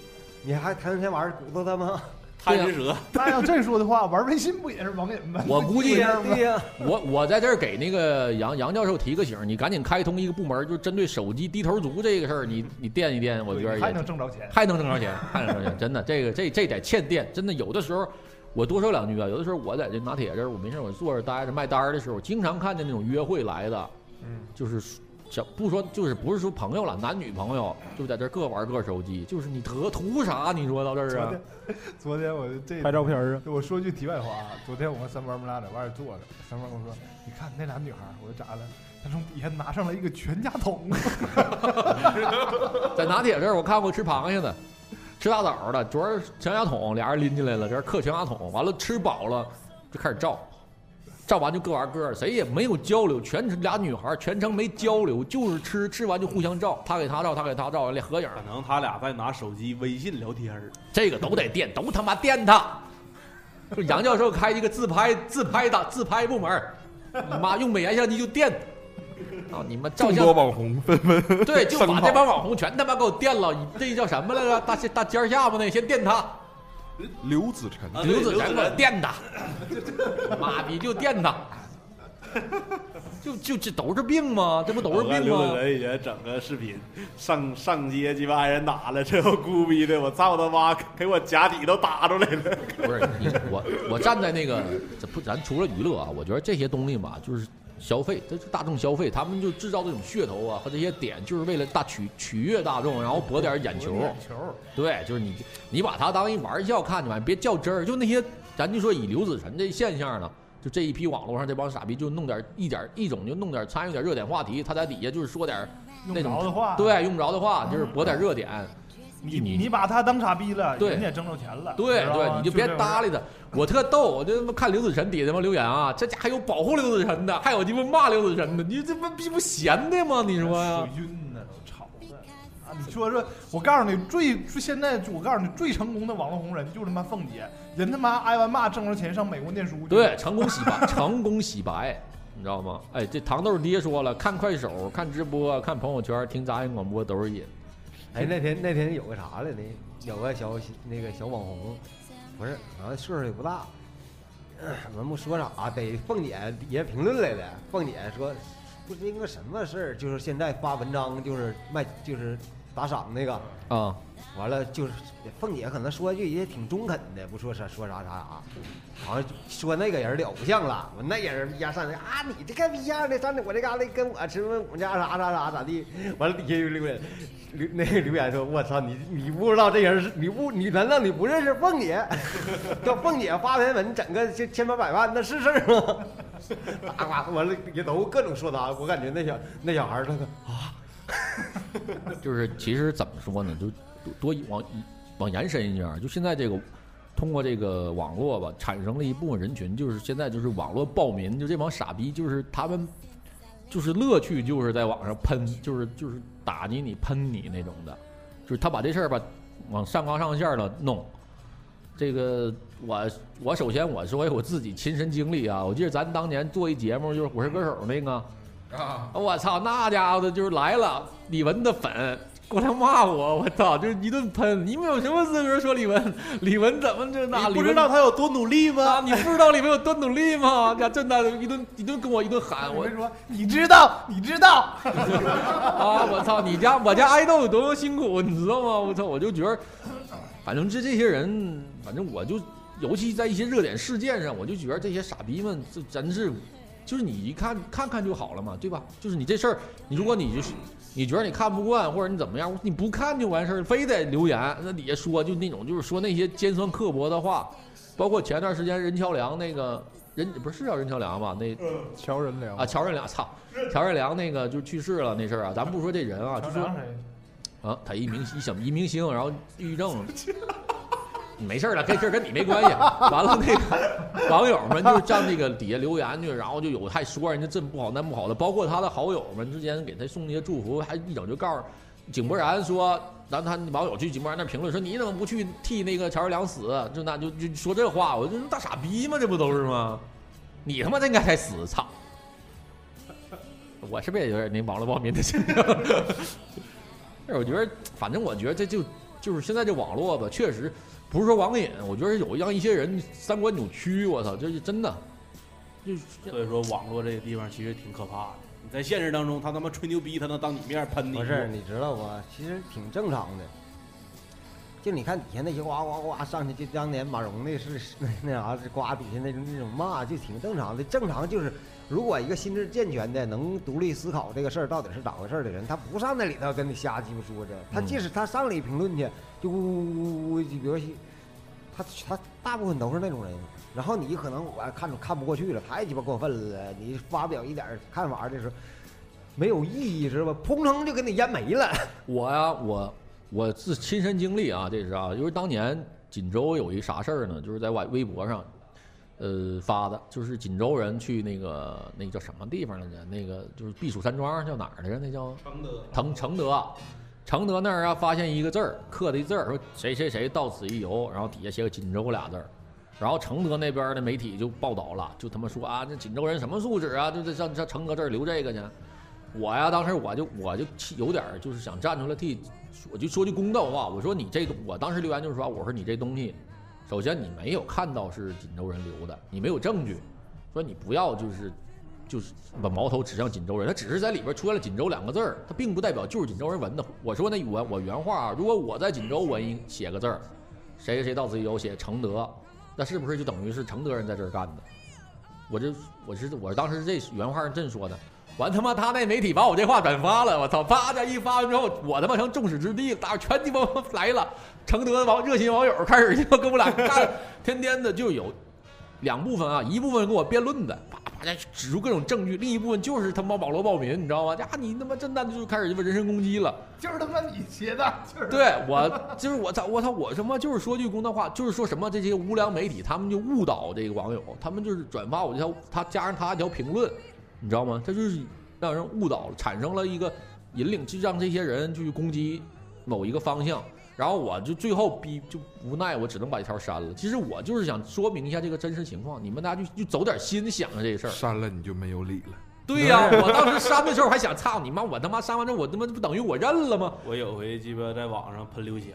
Speaker 5: 你还谈天玩意儿鼓捣他吗？
Speaker 1: 啊
Speaker 4: 贪吃蛇，
Speaker 3: 那要这说的话，玩微信不也是网瘾吗？
Speaker 1: 我 估计
Speaker 5: 对呀对呀，
Speaker 1: 我我在这儿给那个杨杨教授提个醒，你赶紧开通一个部门，就针对手机低头族这个事儿，你你垫一垫，我觉得
Speaker 3: 对还
Speaker 1: 也
Speaker 3: 能挣着钱。
Speaker 1: 还能挣着钱，还能挣着钱，真的，这个这这得欠垫，真的有的时候。我多说两句啊，有的时候我在这拿铁这儿，我没事儿我坐着待着卖单儿的时候，经常看见那种约会来的，
Speaker 7: 嗯，
Speaker 1: 就是小不说，就是不是说朋友了，男女朋友就在这儿各玩各手机，就是你图图啥？你说到这儿
Speaker 3: 昨
Speaker 1: 啊
Speaker 3: 天，， 昨天我这
Speaker 7: 拍照片儿啊，
Speaker 3: 我说句题外话啊，昨天我跟三班我们俩在外边坐着，三班跟我说：“你看那俩女孩儿。”我说：“咋了？”她从底下拿上来一个全家桶。
Speaker 1: 在拿铁这儿我看过吃螃蟹的，吃大枣的，昨儿全家桶俩人拎进来了，这儿嗑全家桶，完了吃饱了就开始照，照完就各玩各的，谁也没有交流，全是俩女孩全程没交流，就是吃，吃完就互相照，他给他照，他给他照，完了合影，
Speaker 4: 可能他俩在拿手机微信聊天儿，
Speaker 1: 这个都得垫，都他妈垫他。就杨教授开一个自拍自拍的自拍部门儿，你妈用美颜相机就垫。啊！你们照
Speaker 6: 众
Speaker 1: 相
Speaker 6: 多网红纷纷
Speaker 1: 对，就
Speaker 6: 生
Speaker 1: 把
Speaker 6: 跑
Speaker 1: 这帮网红全他妈给我垫了。这叫什么来着？大尖大尖下巴那先垫他，
Speaker 6: 刘子晨
Speaker 4: 啊啊对
Speaker 1: 刘子
Speaker 4: 刘子
Speaker 1: 然给我
Speaker 4: 然
Speaker 1: 垫他， 妈逼就垫他，就就这都是病吗？这不啊都是
Speaker 4: 我看
Speaker 1: 病
Speaker 4: 刘
Speaker 1: 吗
Speaker 4: 子？仁以前整个视频，上上街鸡巴挨人打了，这后孤逼的，我操他妈，给我假体都打出来了。
Speaker 1: 不是你我我站在那个，这不咱除了娱乐啊，我觉得这些东西嘛，就是消费，这是大众消费，他们就制造这种噱头啊和这些点，就是为了大取取悦大众，然后博点眼球。
Speaker 3: 眼球，
Speaker 1: 对，就是你你把它当一玩笑看就完，别较真儿。就那些，咱就说以刘子晨这现象呢，就这一批网络上这帮傻逼就弄点一点一种就弄点参与点热点话题，他在底下就是说点儿
Speaker 3: 用
Speaker 1: 那
Speaker 3: 不
Speaker 1: 种
Speaker 3: 着的话，
Speaker 1: 对用不着的话，就是博点热点。
Speaker 3: 啊你
Speaker 1: 你
Speaker 3: 你把他当傻逼了，
Speaker 1: 对
Speaker 3: 人家也挣着钱了，
Speaker 1: 对
Speaker 3: 知道
Speaker 1: 对
Speaker 3: 吗，
Speaker 1: 你就别搭。理他。我特逗，我就他妈看刘子晨底下他妈留言啊，这家还有保护刘子晨的，还有鸡巴骂刘子晨的，你这不逼不闲的吗？你
Speaker 3: 这
Speaker 1: 说
Speaker 3: 玩意
Speaker 1: 呀、
Speaker 3: 儿哎水晕呢，都吵的。啊，你说说，我告诉你，最最现在，我告诉你，最成功的网络红人就是他妈凤姐，人他妈挨完骂挣着钱上美国念书去。
Speaker 1: 对， 成功洗白，成功洗白，你知道吗？哎，这糖豆爹说了，看快手、看直播、看朋友圈、听杂音广播都是瘾。
Speaker 5: 哎，那天那天有个啥来呢？有个小那个小网红，不是，好像岁数也不大，文木说啥？得凤姐也评论来了。凤姐说，不是那个什么事儿，就是现在发文章，就是卖，就是打赏那个。
Speaker 1: 啊，
Speaker 5: 完了就是凤姐可能说句也挺中肯的，不说啥说啥啥啥，好像说那个人的偶像了，我那人一下上来啊，你这个逼样的，站在我这旮沓跟我吃饭，我家啥啥啥咋地，完了底下有留言，留那个留言说，我操你你不知道这人是你不你难道你不认识凤姐？ 叫凤姐发篇文，整个千千八百万，那是事儿吗？ 呱呱完了也都各种说啊他，我感觉那小那小孩儿他啊。
Speaker 1: 就是其实怎么说呢，就多多往往延伸一下，就现在这个通过这个网络吧，产生了一部分人群，就是现在就是网络暴民，就这帮傻逼，就是他们就是乐趣就是在网上喷，就是就是打击你、喷你那种的，就是他把这事儿吧往上纲上线儿了弄。这个我我首先我说我自己亲身经历啊，我记得咱当年做一节目就是《我是歌手》那个，
Speaker 6: 啊，
Speaker 1: 我操，那家伙的就是来了，李玟的粉过来骂我，我操，就是一顿喷。你们有什么资格说李玟？李玟怎么这 那？
Speaker 4: 你
Speaker 1: 李
Speaker 4: 不
Speaker 1: 玟
Speaker 4: 知道他有多努力
Speaker 1: 啊？
Speaker 4: 吗？
Speaker 1: 你不知道李玟有多努力吗？呀，真的，一顿一顿跟我一顿喊
Speaker 2: 我
Speaker 1: 我
Speaker 2: 跟你说，你知道，你知道，
Speaker 1: 啊！我操，你家我家爱豆有多辛苦，你知道吗？我操，我就觉得，反正这这些人，反正我就，尤其在一些热点事件上，我就觉得这些傻逼们，这真是，就是你一看看看就好了嘛，对吧？就是你这事儿，你如果你就是你觉得你看不惯或者你怎么样，你不看就完事儿，非得留言那底下说就那种就是说那些尖酸刻薄的话，包括前段时间任乔梁那个任不是叫任乔梁吧？那
Speaker 3: 乔任梁
Speaker 1: 啊，乔任梁，操，乔任梁那个就去世了那事儿啊，咱不说这人啊，就
Speaker 2: 乔
Speaker 1: 说
Speaker 2: 梁谁？
Speaker 1: 啊，他一明一小一明星，然后抑郁症， 没事儿了，这事儿跟你没关系。 完了，那个网友们就上那个底下留言去，然后就有还说人家这不好那不好的，包括他的好友们之间给他送一些祝福，还一整就告诉井柏然说，然后他网友去井柏然那评论说你怎么不去替那个乔任梁死？啊就那就就说这话，我就大傻逼嘛，这不都是吗？你他妈真该该死，操！ 我是不是也有点那网络暴民的倾向？但是我觉得，反正我觉得这就就是现在这网络吧，确实不是说网瘾，我觉得有让一些人三观扭曲。我操，这是真的，就是
Speaker 4: 所以说，网络这个地方其实挺可怕的。你在现实当中，他他妈吹牛逼，他能当你面喷你。
Speaker 5: 不是，你知道不？其实挺正常的。就你看底下那些哇哇哇上去，就当年马蓉那是 那那啥，是呱底下那种那种骂，就挺正常的。正常就是，如果一个心智健全的、能独立思考这个事儿到底是咋回事儿的人，他不上那里头跟你瞎鸡巴说去。他即使他上里评论去，就呜呜呜呜，就比如说他他大部分都是那种人。然后你可能我看着看不过去了，太鸡巴过分了。你发表一点儿看法的时候，没有意义，知道吧？砰腾就给你淹没了。
Speaker 1: 我呀、我我自亲身经历啊，这是啊，就是当年锦州有一啥事儿呢，就是在微微博上，呃发的，就是锦州人去那个那个叫什么地方来着？那个就是避暑山庄叫哪儿来着？那叫
Speaker 4: 承德
Speaker 1: 承承德，啊承德那儿啊，发现一个字儿，刻的一字儿，说谁谁谁到此一游，然后底下写个锦州俩字儿，然后承德那边的媒体就报道了，就他妈说啊，这锦州人什么素质啊，就这上上承德这儿留这个呢。我呀，当时我就我就气有点儿就是想站出来替，我就说句公道话，我说你这个，我当时留言就是说，我说你这东西，首先你没有看到是锦州人留的，你没有证据，说你不要就是就是把矛头指向锦州人，他只是在里边出现了“锦州”两个字儿，它并不代表就是锦州人纹的。我说那我我原话啊，如果我在锦州我一写个字儿，谁谁谁到此一游写承德，那是不是就等于是承德人在这儿干的？我这我是我当时这原话是这么说的。完他妈，他那媒体把我这话转发了，我操！啪家一发完之后，我他妈成众矢之的，大家全鸡巴 来了，承德网热心网友开始就跟我俩干，天天的就有两部分啊，一部分跟我辩论的，啪啪的指出各种证据；另一部分就是他妈网络暴民，你知道吗？呀，你他妈真的就开始就人身攻击了。
Speaker 2: 就是他妈你写的，就是
Speaker 1: 对我就是我操我操我他妈就是说句公道话，就是说什么这些无良媒体他们就误导这个网友，他们就是转发我这条他加上他一条评论，你知道吗？这就是让人误导了，产生了一个引领，就让这些人去攻击某一个方向。然后我就最后逼就无奈，我只能把这条删了。其实我就是想说明一下这个真实情况，你们大家就就走点心想想这事儿。
Speaker 6: 删了你就没有理了。
Speaker 1: 对 呀、我当时删的时候还想，操你妈！我他妈删完之后，我他妈不等于我认了吗？
Speaker 4: 我有回鸡巴在网上喷刘翔，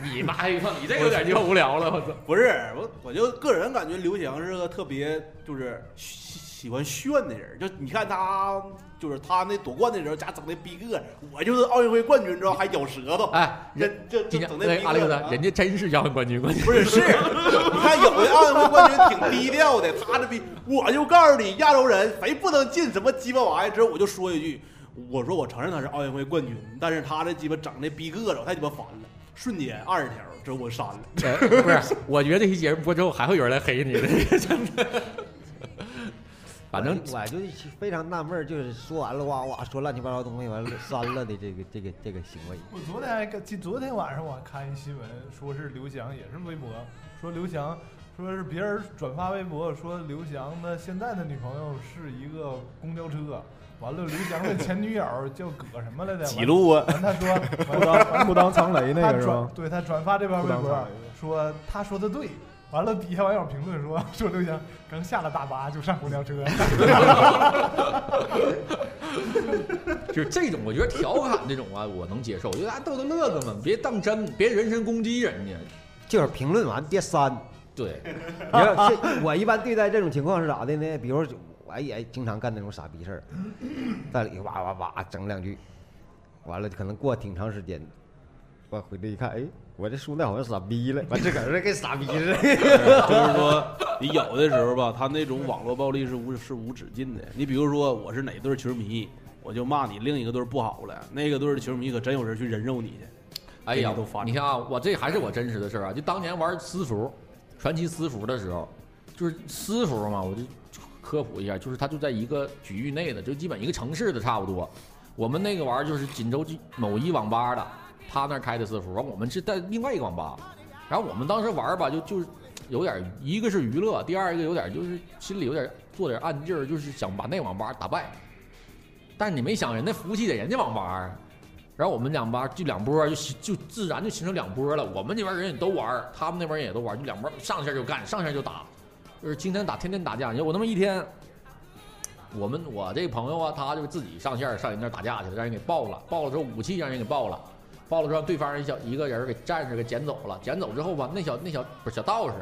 Speaker 1: 你妈一放，你这有点就无聊了，我操！
Speaker 4: 不是我，我就个人感觉刘翔是个特别就是喜喜欢炫的人儿，就你看他就是他那夺冠的时候，家整那逼个，我就是奥运会冠军之后还咬舌头，
Speaker 1: 哎，
Speaker 4: 这
Speaker 1: 人
Speaker 4: 这这
Speaker 1: 今年
Speaker 4: 整那逼
Speaker 1: 那
Speaker 4: 个
Speaker 1: 阿力克
Speaker 4: 啊
Speaker 1: 斯，人家真是亚运冠军，关键
Speaker 4: 不是是，你看有的奥运会冠军挺低调的，他这逼，我就告诉你，亚洲人谁不能进什么鸡巴玩意儿，之后我就说一句，我说我承认他是奥运会冠军，但是他这鸡巴整那逼个子，我太鸡巴烦了，瞬间二十条，之后我删了。
Speaker 1: 哎不是，我觉得这期节目播之后还会有人来黑你的，真的。 反正
Speaker 5: 哎我我就非常纳闷儿，就是说完了哇哇说乱七八糟东西，完了删了的这个这个这个行为。
Speaker 2: 我昨天还看，昨天晚上我还看一新闻，说是刘翔，也是微博，说刘翔，说是别人转发微博说刘翔的现在的女朋友是一个公交车，完了刘翔的前女友叫葛什么来着？
Speaker 4: 几路啊？
Speaker 2: 完他说，
Speaker 3: 不
Speaker 2: 完
Speaker 3: 当不当藏雷那
Speaker 2: 他
Speaker 3: 个是
Speaker 2: 转
Speaker 3: 吧？
Speaker 2: 对他转发这篇微
Speaker 3: 不当
Speaker 2: 博
Speaker 3: 场
Speaker 2: 说他说的对，完了底下网友评论说说刘翔刚下了大巴就上公交车，
Speaker 1: 就是这种，我觉得调侃这种啊，我能接受，就大家逗逗乐子嘛，别当真，别人身攻击人家。
Speaker 5: 就是评论完 别删。
Speaker 1: 对，
Speaker 5: 你知道，这我一般对待这种情况是咋的呢？比如我也经常干那种傻逼事儿，在里哇哇哇整两句，完了可能过挺长时间，我回来一看，哎，我这书袋好像傻逼了，完自个儿跟傻逼似 的。
Speaker 4: 就是说，你有的时候吧，他那种网络暴力是无是无止境的。你比如说，我是哪队球迷，我就骂你另一个队不好了，那个队的球迷可真有人去人肉你去。
Speaker 1: 哎呀
Speaker 4: 这个都发，生
Speaker 1: 你看啊，我这还是我真实的事儿啊，就当年玩私服，传奇私服的时候，就是私服嘛，我就科普一下，就是它就在一个区域内的，就基本一个城市的差不多。我们那个玩意儿就是锦州某一网吧的，他那儿开的私服，我们是在另外一个网吧。然后我们当时玩儿吧，就就是有点儿一个是娱乐，第二一个有点儿就是心里有点儿做点儿暗劲儿，就是想把那网吧打败。但是你没想人家服务器在人家网吧啊，然后我们两吧就两波儿就形就自然就形成两波儿了。我们这边人也都玩儿，他们那边人也都玩儿，就两波儿上线就干，上线就打，就是今天打天天打架。你说我那么一天，我们我这朋友啊，他就自己上线上人那儿打架去了，让人给爆了，爆了之后武器让人给爆了。爆了之后，对方人小一个人儿给战士给捡走了，捡走之后吧，那小那小不是小道士，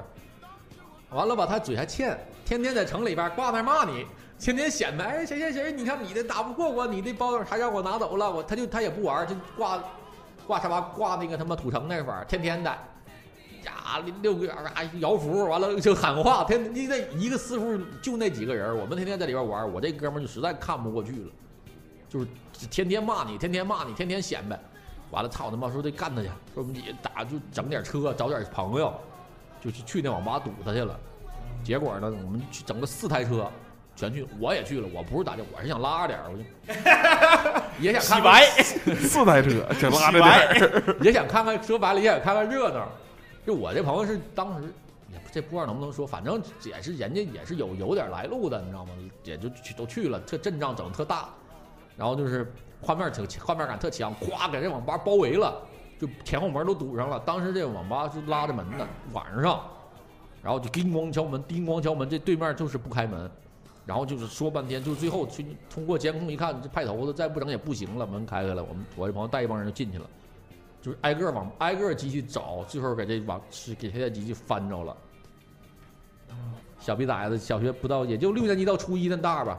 Speaker 1: 完了吧，他嘴还欠，天天在城里边儿挂那儿骂你，天天显摆，哎，谁谁谁，你看你的打不过我，你的包还让我拿走了，我他就他也不玩儿，就挂挂沙发挂那个他妈土城那块儿，天天的，呀六个啊摇服，完了就喊话，天天那一个师傅就那几个人儿，我们天天在里边玩儿，我这哥们儿就实在看不过去了，就是天天骂你，天天骂你，天天显摆，完了操他妈说得干他去，说我们也打就整点车，找点朋友，就去去那网吧堵他去了，结果呢，我们去整了四台车。全去，我也去了。我不是打架，我是想拉点儿，我就 也想看看
Speaker 6: 四台车，整拉着点儿，
Speaker 1: 也想看看，说白了也想看看热闹。就我这朋友是当时也不这不知道能不能说，反正也是人家也是有有点来路的，你知道吗？也就去都去了，这阵仗整得特大，然后就是画面挺画面感特强，咵给这网吧包围了，就前后门都堵上了。当时这网吧是拉着门的，晚上，然后就叮咣敲门，叮咣敲门，这对面就是不开门。然后就是说半天，就最后去通过监控一看，这派头子再不整也不行了，门开开了。我们我这朋友带一帮人就进去了，就是挨个往挨个机器找，最后给这网是给现在机器翻着了。小逼崽子，小学不到也就六年级到初一那大吧，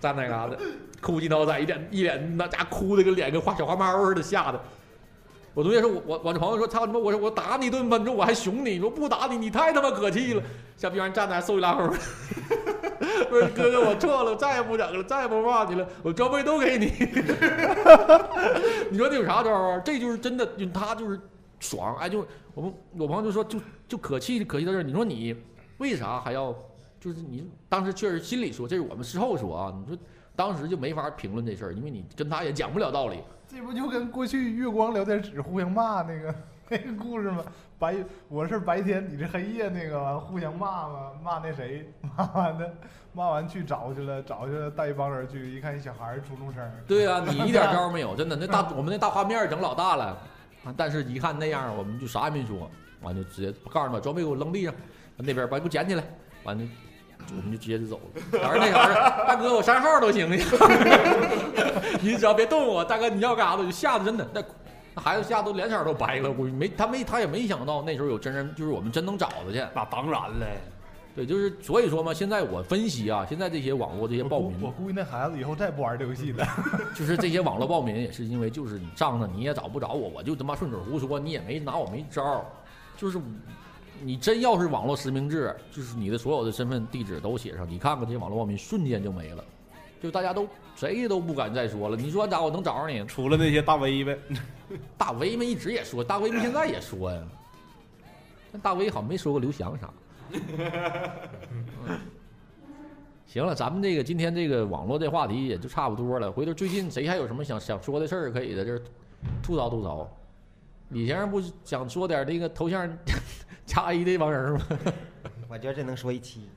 Speaker 1: 站那嘎达哭唧闹崽，一脸一脸那家哭的跟脸跟画小花猫似的，吓的。我同学说，我我我这朋友说，操他妈！我说我打你一顿吧，你说我还熊你，你说不打你，你太他妈可气了。小逼玩意儿站那儿瘦 一拉猴，不是哥哥，我错了，我再也不整了，再也不骂你了，我装备都给你。你说这有啥招啊？这就是真的，就他就是爽，哎，就我们我朋友就说，就就可气可气在这儿。你说你为啥还要？就是你当时确实心里说，这是我们事后说啊。你说当时就没法评论这事儿，因为你跟他也讲不了道理。
Speaker 2: 这不就跟过去月光聊天室互相骂那个 那个故事吗？白我是白天，你是黑夜那个完互相骂嘛，骂那谁， 骂完的骂完去找去了，找去了带一帮人去，一看一小孩儿初中生，
Speaker 1: 对啊，你一点招儿没 有，真的。那
Speaker 2: 嗯
Speaker 1: 大我们那大画面儿整老大了，啊但是一看那样儿，我们就啥也没说，完就直接告诉他把装备给我扔地上，完那边儿把给我捡起来，完就我们就直接就走了。当时那啥儿，大哥我删 号都行，你知道别动我，大哥你要干啥我就吓得真的那。孩子吓都脸色都白了，估计没他没他也没想到那时候有真人，就是我们真能找他去。
Speaker 4: 那当然嘞，
Speaker 1: 对，就是所以说嘛，现在我分析啊，现在这些网络这些
Speaker 2: 我
Speaker 1: 暴
Speaker 2: 估
Speaker 1: 民
Speaker 2: 我，估计那孩子以后再不玩这游戏 了。
Speaker 1: 就是这些网络暴民也是因为就是你仗着你也找不着我，我就他妈顺嘴胡说，你也没拿我没招儿，就是你真要是网络实名制，就是你的所有的身份地址都写上，你看看这些网络暴民瞬间就没了，就大家都谁都不敢再说了。你说咋我能找着你？
Speaker 4: 除了那些大 V 呗，
Speaker 1: 大 V 们一直也说，大 V 们现在也说呀，但大 V 好像没说过刘翔啥。嗯行了，咱们这个今天这个网络这话题也就差不多了。回头最近谁还有什么想想说的事儿，可以在这儿吐槽吐槽。李先生不是想说点这个头像 加一这帮人吗？
Speaker 5: 我觉得这能说一期。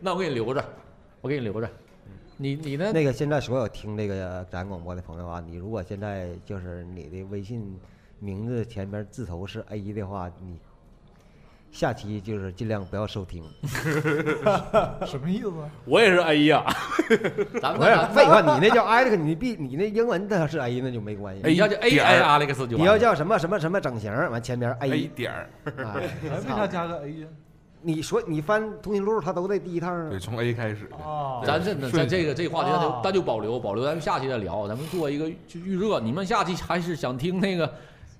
Speaker 1: 那我给你留着，我给你留着。你你呢？
Speaker 5: 那个现在所有听这个咱广播的朋友啊，你如果现在就是你的微信名字前面字头是 A 的话，你下期就是尽量不要收听。
Speaker 1: 啊
Speaker 2: 什么意思啊？
Speaker 4: 我也是 A 呀、
Speaker 1: 咱们
Speaker 5: 不是
Speaker 1: 咱
Speaker 5: 废话，你那叫 Alex，你必你那英文它是 A 那就没关
Speaker 1: 你
Speaker 5: 系。
Speaker 1: 要叫 A
Speaker 6: 点
Speaker 1: I
Speaker 6: 儿
Speaker 1: Alex 哎就
Speaker 5: 哎你
Speaker 1: 完
Speaker 5: 要
Speaker 1: 了。哎
Speaker 5: 叫什么什么什么整形，完前面
Speaker 6: A
Speaker 5: A，
Speaker 6: 哎点儿，
Speaker 5: 哎
Speaker 2: 哎为啥加个 A 啊呀？
Speaker 5: 你说你翻通讯录，它都在第一趟啊
Speaker 6: 对，。从 A 开始的。
Speaker 2: 啊，
Speaker 1: 咱这咱这个这个话题，咱就
Speaker 2: 啊
Speaker 1: 咱就保留保留，咱们下期再聊。咱们做一个就预热，你们下期还是想听那个，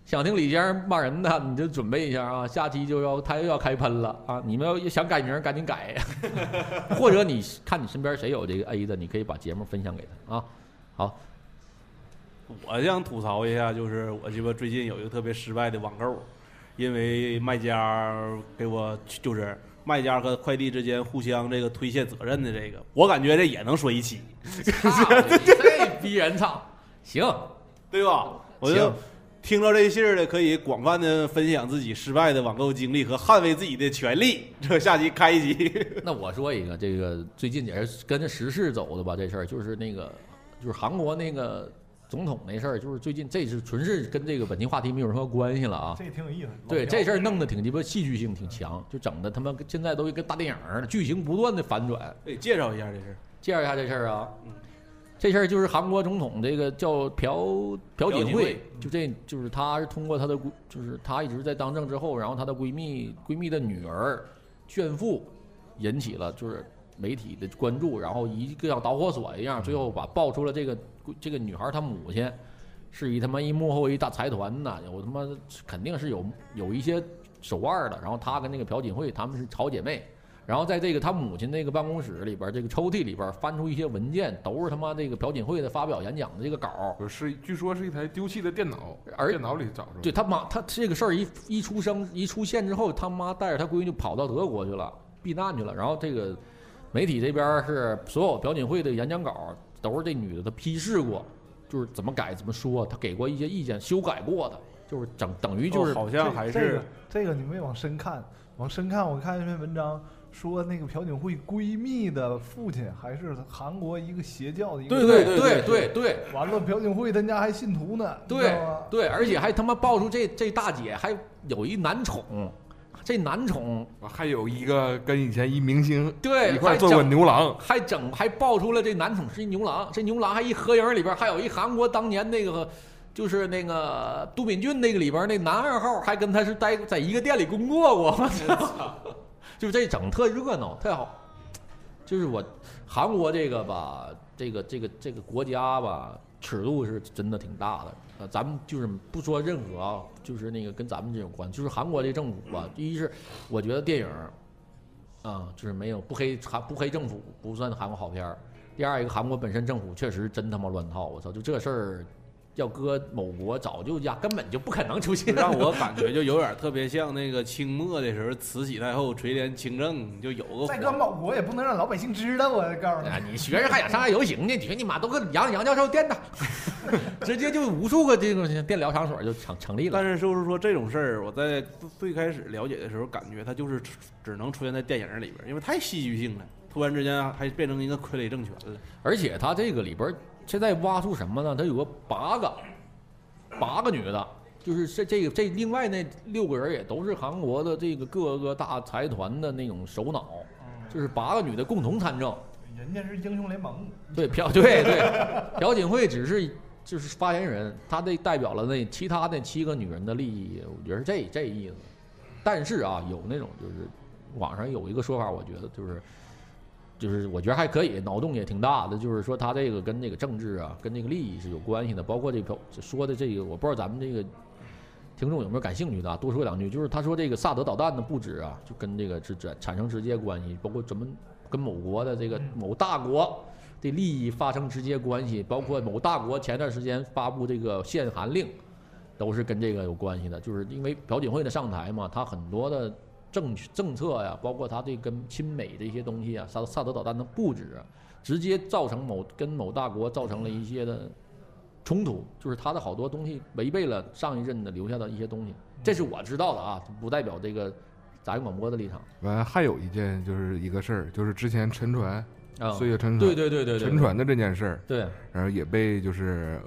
Speaker 1: 想听李先生骂人的，你就准备一下啊，下期就要他又要开喷了啊！你们要想改名儿赶紧改， 或者你看你身边谁有这个 A 的，你可以把节目分享给他啊。好，
Speaker 4: 我想吐槽一下，就是我鸡巴最近有一个特别失败的网购，因为卖家给我就是卖家和快递之间互相这个推卸责任的这个，我感觉这也能说一期，
Speaker 1: 这逼人操！行，
Speaker 4: 对吧？我就
Speaker 5: 行
Speaker 4: 听到这信儿的，可以广泛的分享自己失败的网购经历和捍卫自己的权利。这下集开一集，
Speaker 1: 那我说一个，这个最近也是跟着时事走的吧，这事儿就是那个，就是韩国那个总统那事儿，就是最近这是纯是跟这个本期话题没有任何关系了啊。
Speaker 2: 这挺有意思。
Speaker 1: 对
Speaker 2: 老
Speaker 1: 这
Speaker 2: 表
Speaker 1: 事儿弄得挺鸡巴戏剧性挺强，就整的他妈跟现在都跟大电影儿似的，剧情不断的反转。
Speaker 4: 得介绍一下这事儿。
Speaker 1: 介绍一下这事儿啊
Speaker 4: 嗯，
Speaker 1: 这事儿就是韩国总统这个叫朴朴槿
Speaker 4: 朴槿惠
Speaker 1: 惠，就这就是她是通过她的闺，就是她一直在当政之后，然后她的闺蜜闺蜜的女儿炫富，引起了就是媒体的关注，然后一个像导火索一样，最后把爆出了这个这个女孩她母亲是一他妈一幕后一大财团呐，有他妈肯定是有有一些手腕的，然后她跟那个朴槿惠她们是好姐妹。然后在这个他母亲那个办公室里边儿，这个抽屉里边儿翻出一些文件，都是他妈这个朴槿惠的发表演讲的这个稿儿。
Speaker 6: 不是，据说是一台丢弃的电脑，
Speaker 1: 而
Speaker 6: 电脑里找着。
Speaker 1: 对，他妈，他这个事儿一一出生一出现之后，他妈带着他闺女就跑到德国去了，避难去了。然后这个媒体这边儿是所有朴槿惠的演讲稿儿都是这女的她批示过，就是怎么改怎么说，她给过一些意见，修改过的，就是整等于就是、
Speaker 4: 哦好像还
Speaker 2: 这个
Speaker 4: 是
Speaker 2: 这个你们也往深看，往深看，我看一篇文章说那个朴槿惠闺蜜的父亲还是韩国一个邪教的一个，
Speaker 1: 对
Speaker 4: 对
Speaker 1: 对
Speaker 4: 对
Speaker 1: 对对
Speaker 2: 完了朴槿惠他家还信徒呢，你知
Speaker 1: 对
Speaker 2: 道吗
Speaker 1: 对，而且还他妈爆出这这大姐还有一男宠，这男宠
Speaker 6: 我还有一个跟以前一明星
Speaker 1: 对
Speaker 6: 一块
Speaker 1: 还
Speaker 6: 儿做过
Speaker 1: 整
Speaker 6: 牛郎，
Speaker 1: 还整还爆出了这男宠是一牛郎，这牛郎还一合影里边还有一韩国当年那个就是那个都敏俊那个里边那男二号还跟他是待在一个店里工作过，我操！就是这整特热闹，太好。就是我韩国这个吧，这个这个这个国家吧，尺度是真的挺大的。呃，咱们就是不说任何啊，就是那个跟咱们这有关，就是韩国这政府吧，第一是我觉得电影儿啊、就是没有不黑韩不黑政府不算韩国好片儿。第二一个，韩国本身政府确实真他妈乱套，我操！就这事儿，要搁某国早就压根本就不可能出现。
Speaker 4: 让我感觉就有点特别像那个清末的时候，慈禧太后垂帘清政，就有个
Speaker 2: 再搁
Speaker 4: 皇
Speaker 2: 某国也不能让老百姓知道啊，我告诉
Speaker 1: 啊
Speaker 2: 你，，
Speaker 1: 你学生还想上岸游行呢？你说你妈都跟杨杨教授颠的， 直接就无数个这种电疗场所就成成立了
Speaker 4: 但。是就是说这种事儿，我在最开始了解的时候，感觉它就是只能出现在电影里边儿，因为太戏剧性了。突然之间还变成一个傀儡政权了，
Speaker 1: 而且他这个里边儿现在挖出什么呢？他有个八个，八个女的，就是这这个这另外那六个人也都是韩国的这个各个大财团的那种首脑，就是八个女
Speaker 2: 嗯
Speaker 1: 的共同参政。
Speaker 2: 人家是英雄联盟，
Speaker 1: 对朴对对，朴槿惠只是就是发言人，他这代表了那其他那七个女人的利益，我觉得是这这意思。但是啊，有那种就是网上有一个说法，我觉得就是就是我觉得还可以，脑洞也挺大的，就是说他这个跟这个政治啊，跟这个利益是有关系的，包括这个说的这个，我不知道咱们这个。听众有没有感兴趣的啊？多说两句，就是他说这个萨德导弹的布置啊，就跟这个是产产生直接关系，包括咱们跟某国的这个某大国的利益发生直接关系，包括某大国前段时间发布这个限韩令，都是跟这个有关系的。就是因为朴槿惠的上台嘛，他很多的政政策呀，包括他这跟亲美这些东西啊，萨萨德导弹的布置啊，直接造成某跟某大国造成了一些的冲突，就是他的好多东西违背了上一任的留下的一些东西。
Speaker 6: 嗯
Speaker 1: 这是我知道的啊，不代表这个杂音广播的立场
Speaker 6: 完还有一件就是一个事儿，就是之前沉船
Speaker 1: 啊。
Speaker 6: 岁月沉船，
Speaker 1: 对对对对对，
Speaker 6: 沉船的这件事儿，
Speaker 1: 对
Speaker 6: 然后也被就是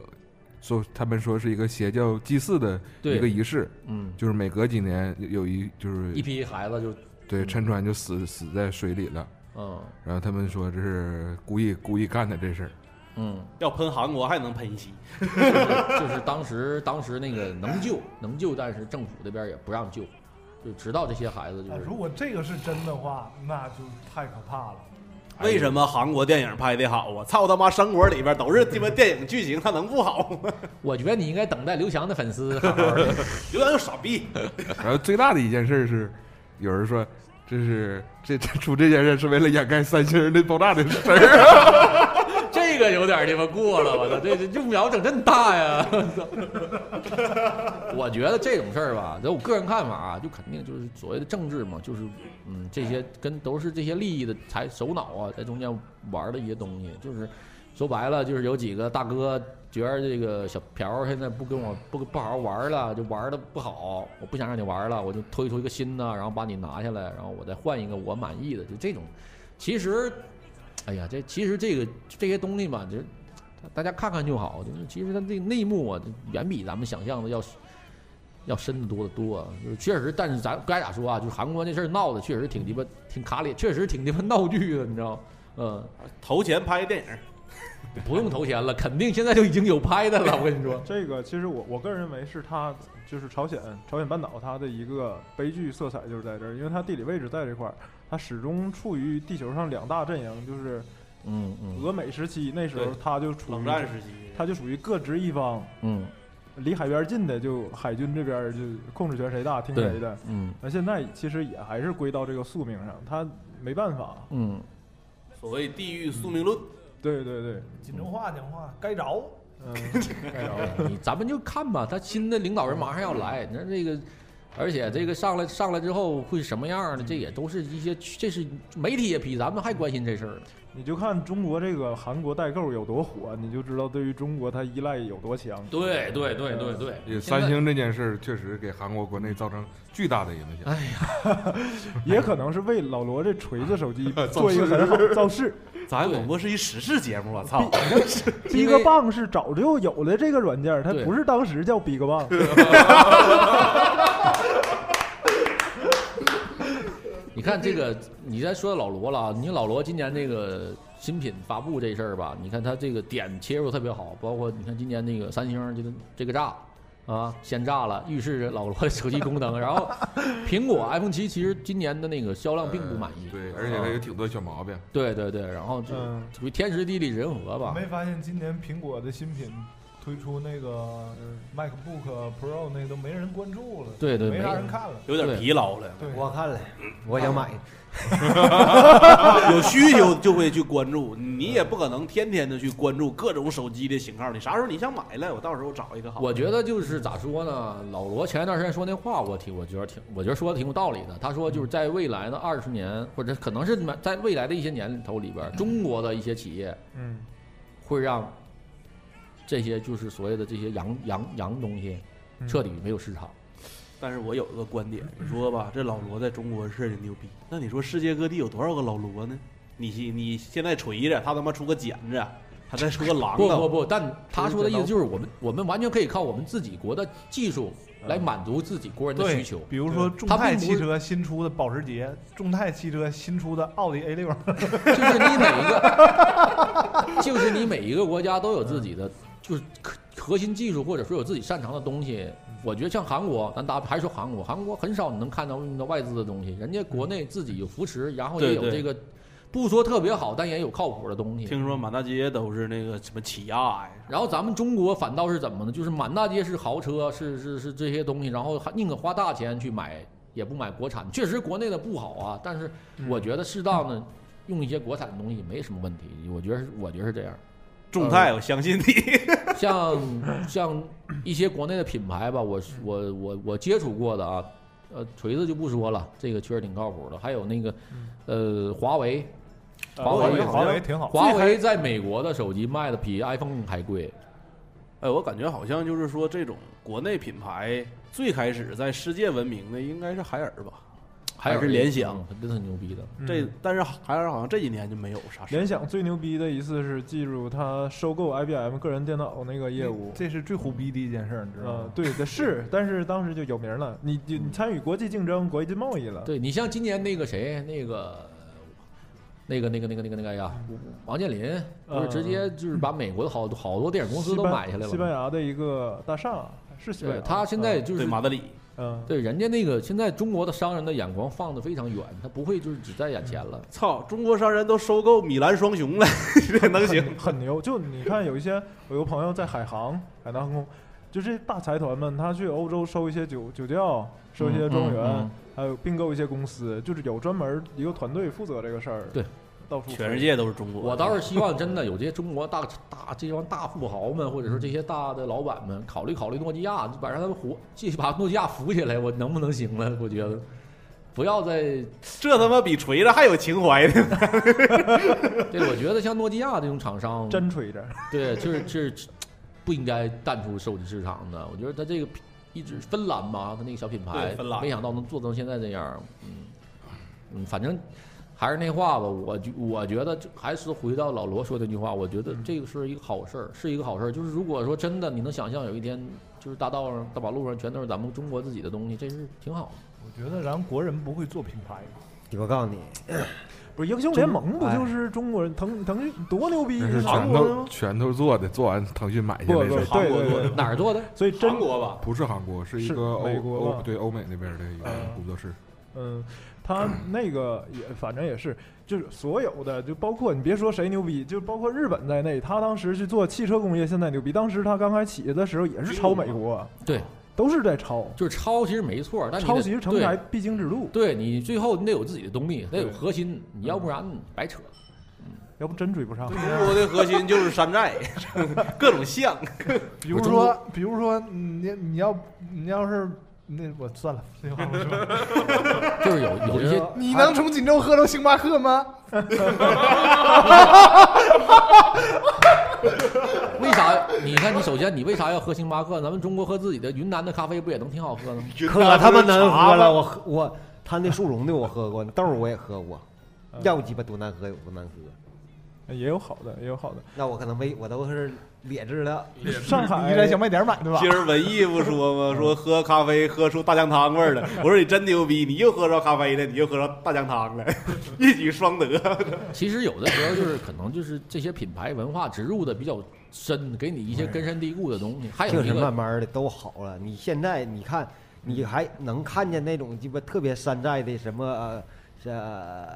Speaker 6: 说他们说是一个邪教祭祀的一个
Speaker 1: 对，
Speaker 6: 仪式，
Speaker 1: 嗯，
Speaker 6: 就是每隔几年有有一就是
Speaker 1: 一批孩子就
Speaker 6: 对沉船就死死在水里了，
Speaker 1: 嗯
Speaker 6: 然后他们说这是故意故意干的这事儿，
Speaker 1: 嗯，
Speaker 4: 要喷韩国还能喷一期，
Speaker 1: 就是当时当时那个能救能救，但是政府这边也不让救，就直到这些孩子就
Speaker 3: 啊
Speaker 2: 哎
Speaker 1: 是
Speaker 2: 如果这个是真的话，那就太可怕了。
Speaker 4: 为什么韩国电影拍的好啊？操他妈，三国里边都是鸡巴电影剧情，它能不好 吗？
Speaker 1: 我觉得你应该等待刘翔的粉丝好好的
Speaker 4: 刘洋就傻逼，
Speaker 6: 然后最大的一件事是，有人说这是这这出这件事是为了掩盖三星人的爆炸的事儿，啊
Speaker 1: 这个有点鸡巴过了，我操，这这用苗整这么大呀！ 我操我觉得这种事儿吧，在我个人看法啊，就肯定就是所谓的政治嘛，就是嗯，这些跟都是这些利益的才首脑啊，在中间玩的一些东西，就是说白了，就是有几个大哥觉得这个小朴儿现在不跟我不不好好玩了，就玩的不好，我不想让你玩了，我就推出一个新的，然后把你拿下来，然后我再换一个我满意的，就这种。其实哎呀，这其实这个这些东西嘛，就是大家看看就好。就是其实它这内幕啊，远比咱们想象的要要深得多得多、啊。就是确实，但是咱该咋说啊？就是韩国那事儿闹的确实挺鸡巴挺卡里，确实挺鸡巴闹剧的，你知道吗？嗯，
Speaker 4: 投钱拍电影，
Speaker 1: 不用投钱了，肯定现在就已经有拍的了。我跟你说，
Speaker 3: 这个其实我我个人认为是它就是朝鲜朝鲜半岛它的一个悲剧色彩就是在这儿，因为它地理位置在这块儿，它始终处于地球上两大阵营，就是
Speaker 1: 嗯嗯
Speaker 3: 俄美时期那时候
Speaker 4: 对
Speaker 3: 它就处
Speaker 4: 冷
Speaker 3: 于
Speaker 4: 战时期，
Speaker 3: 它就属于各执一方，
Speaker 1: 嗯
Speaker 3: 离海边近的就海军这边儿就控制权谁大听谁的。
Speaker 1: 嗯
Speaker 3: 那现在其实也还是归到这个宿命上，它没办法。
Speaker 1: 嗯，
Speaker 4: 所谓地域宿命论，
Speaker 3: 对对对，
Speaker 2: 锦州话讲话该着，
Speaker 3: 嗯，
Speaker 1: 你咱们就看吧，他新的领导人马上要来，那这个。而且这个上来上来之后会什么样呢？这也都是一些，这是媒体也比咱们还关心这事儿呢。
Speaker 3: 你就看中国这个韩国代购有多火，你就知道对于中国它依赖有多强。
Speaker 1: 对对对对对，
Speaker 6: 呃
Speaker 1: 现
Speaker 6: 也
Speaker 1: 在
Speaker 6: 三星这件事儿确实给韩国国内造成巨大的影响。
Speaker 3: 也可能是为老罗这锤子 手机做一个很好的造势。
Speaker 4: 咱广播是一时事节目，我操，
Speaker 3: 逼格棒是早就有的这个软件，它
Speaker 1: 对
Speaker 3: 不是当时叫逼格棒。
Speaker 1: 你看这个，你再说老罗了啊，你老罗今年这个新品发布这事儿吧，你看他这个点切入特别好，包括你看今年那个三星这个这个炸。啊，先炸了，预示着老罗的手机功能。然后，苹果 iPhone 七其实今年的那个销量并不满意。
Speaker 6: 呃对，而且它有挺多小毛病。
Speaker 1: 对对对然后就
Speaker 3: 嗯
Speaker 1: 属于天时地利人和吧。
Speaker 2: 没发现今年苹果的新品推出那个呃 MacBook Pro 那都没人关注了，
Speaker 1: 对对
Speaker 2: 没
Speaker 1: 没
Speaker 2: 啥
Speaker 1: 人
Speaker 2: 人看了。
Speaker 4: 有点疲劳了。
Speaker 2: 对，
Speaker 5: 我看了，我想买。
Speaker 2: 啊
Speaker 4: 有需求就会去关注，你也不可能天天的去关注各种手机的型号。你啥时候你想买了，我到时候找一个好。
Speaker 1: 我觉得就是咋说呢，老罗前一段时间说那话，我挺我觉得挺，我觉得说的挺有道理的。他说就是在未来的二十年，或者可能是在未来的一些年头里边，中国的一些企业
Speaker 3: 嗯，
Speaker 1: 会让这些就是所谓的这些洋洋洋东西
Speaker 3: 嗯
Speaker 1: 彻底没有市场。
Speaker 4: 但是我有一个观点，你说吧，这老罗在中国是人牛逼，那你说世界各地有多少个老罗呢？你你现在锤着他他妈出个剪子，他再出个榔
Speaker 1: 不 不
Speaker 4: 头，
Speaker 1: 不，但他说的意
Speaker 4: 这
Speaker 1: 思
Speaker 4: 个
Speaker 1: 就是我们我们完全可以靠我们自己国的技术来满足自己国人的需求。
Speaker 2: 比如说众
Speaker 1: 它
Speaker 2: 泰
Speaker 1: 并不
Speaker 2: 汽车新出的保时捷，众泰汽车新出的奥迪 A 六，
Speaker 1: 就是你每一个，就是你每一个国家都有自己的就是核核心技术或者说有自己擅长的东西，我觉得像韩国，咱打还说韩国，韩国很少能看到用到外资的东西，人家国内自己有扶持，然后也
Speaker 4: 对
Speaker 1: 有
Speaker 4: 对
Speaker 1: 这个，不说特别好，但也有靠谱的东西。
Speaker 4: 听说满大街都是那个什么起亚呀，
Speaker 1: 然后咱们中国反倒是怎么呢？就是满大街是豪车，是是是这些东西，然后还宁可花大钱去买，也不买国产。确实国内的不好啊，但是我觉得适当的用一些国产的东西也没什么问题。我觉得是，我觉得是这样。
Speaker 4: 众泰，我相信你。
Speaker 1: 像像一些国内的品牌吧，我是我我我接触过的啊，呃，锤子就不说了，这个确实挺靠谱的。还有那个，呃，华为，
Speaker 3: 呃
Speaker 1: 华为
Speaker 2: 华为挺好，
Speaker 1: 华为在美国的手机卖的比 iPhone 还贵。
Speaker 4: 哎，我感觉好像就是说，这种国内品牌最开始在世界闻名的应该是海尔吧？
Speaker 1: 还有
Speaker 4: 还是联想
Speaker 1: 嗯真的很牛逼的。
Speaker 3: 嗯
Speaker 4: 这但是海尔好像这几年就没有啥事。
Speaker 3: 联想最牛逼的一次是记住他收购 IBM 个人电脑那个业务，
Speaker 2: 这是最虎逼的一件事儿，你知道
Speaker 3: 呃
Speaker 2: 吗，？
Speaker 3: 对的是，但是当时就有名了，你你你参与国际竞争、国际贸易了，
Speaker 1: 啊对你像今年那个谁，那个，那个那个那个那个那个哎呀，王健林不是
Speaker 3: 呃
Speaker 1: 直接就是把美国的好多好多电影公司
Speaker 3: 西
Speaker 1: 都
Speaker 3: 班
Speaker 1: 买下来
Speaker 3: 啊西班
Speaker 1: 了。
Speaker 3: 牙的一个大厦啊是西班
Speaker 1: 对
Speaker 3: 牙，
Speaker 1: 他现在就是
Speaker 4: 对马德里，
Speaker 3: 嗯，
Speaker 1: 对人家那个现在中国的商人的眼光放得非常远，他不会就是只在眼前了。
Speaker 4: 操，中国商人都收购米兰双雄了， 这能行？
Speaker 3: 很很牛。就你看，有一些我有朋友在海航、海南航空，就这大财团们，他去欧洲收一些酒酒窖，收一些庄园，
Speaker 1: 嗯嗯嗯
Speaker 3: 还有并购一些公司，就是有专门一个团队负责这个事儿。
Speaker 1: 对，
Speaker 3: 到处
Speaker 4: 全世界都是中国的。
Speaker 1: 我倒是希望真的有这些中国大大这帮大富豪们，或者说这些大的老板们，考虑考虑诺基亚，把让他们活，继续把诺基亚扶起来，我能不能行了？我觉得不要再
Speaker 4: 这他妈比锤子还有情怀呢。
Speaker 1: 对，我觉得像诺基亚这种厂商，
Speaker 3: 真吹着，
Speaker 1: 对，就是就是不应该淡出手机市场的。我觉得他这个品一直芬兰嘛，他那个小品牌
Speaker 4: 对，芬兰
Speaker 1: 没想到能做成现在这样。嗯嗯，反正还是那话吧，我就我觉得就还是回到老罗说的那句话，我觉得这个是一个好事儿，是一个好事儿。就是如果说真的，你能想象有一天，就是大道上、大马路上全都是咱们中国自己的东西，这是挺好的。
Speaker 2: 我觉得咱国人不会做品牌，
Speaker 5: 我告诉你，
Speaker 3: 不是英雄联盟不
Speaker 5: 哎
Speaker 3: 就是中国人腾腾讯多牛逼
Speaker 6: 那是
Speaker 3: 啊！
Speaker 6: 拳头拳头做的，做完腾讯买下
Speaker 3: 不
Speaker 6: 来
Speaker 3: 不
Speaker 6: 的，
Speaker 4: 韩
Speaker 3: 对
Speaker 4: 国
Speaker 3: 对
Speaker 4: 做的
Speaker 3: 对，
Speaker 1: 哪儿做的？
Speaker 3: 所以真
Speaker 4: 国吧，
Speaker 6: 不是韩国，是一
Speaker 3: 是
Speaker 6: 个欧
Speaker 3: 美国吧
Speaker 6: 欧对欧美那边的一个
Speaker 3: 嗯
Speaker 6: 工作室。
Speaker 3: 嗯，他那 个也反正也是，就是所有的，就包括你别说谁牛逼，就包括日本在内，他当时去做汽车工业，现在牛逼。当时他刚开始起的时候也是抄美
Speaker 2: 嗯
Speaker 3: 国，
Speaker 1: 对，
Speaker 3: 都是在抄，
Speaker 1: 就是抄其实没错，但你
Speaker 3: 抄
Speaker 1: 得
Speaker 3: 袭是成
Speaker 1: 对
Speaker 3: 才必经之路，
Speaker 1: 对你最后你得有自己的动力，得有
Speaker 3: 对
Speaker 1: 核心，你要不然你白扯。
Speaker 3: 要不真追不上。
Speaker 4: 中国的核心就是山 寨，各种像。
Speaker 2: 比如说，比如说，嗯你你要你要是那我算了，这话不说了。
Speaker 1: 就是有有一些
Speaker 2: 你能从锦州喝到星巴克吗？
Speaker 1: 为啥？你看，你首先你为啥要喝星巴克？咱们中国喝自己的云南的咖啡不也能挺好喝的吗？
Speaker 5: 可他妈难喝了，我喝我他那速溶的我喝过，豆儿我也喝过，
Speaker 2: 嗯
Speaker 5: 要鸡巴多难喝有多难喝。
Speaker 3: 也有好的，也有好的。
Speaker 5: 那我可能没，我都是劣质的。
Speaker 3: 上海
Speaker 2: 你在小卖点买的 吧
Speaker 4: 今？儿文艺不说吗？说喝咖啡喝出大酱汤味儿了。我说你真牛逼，你又喝着咖啡了，你又喝着大酱汤 了，一举双得。
Speaker 1: 其实有的时候就是可能就是这些品牌文化植入的比较深，给你一些根深蒂固的东西。还有
Speaker 5: 就
Speaker 1: 一
Speaker 5: 是慢
Speaker 1: 个，
Speaker 5: 慢的都好了。你现在你看，你还能看见那种鸡巴特别山寨的什么呃是呃，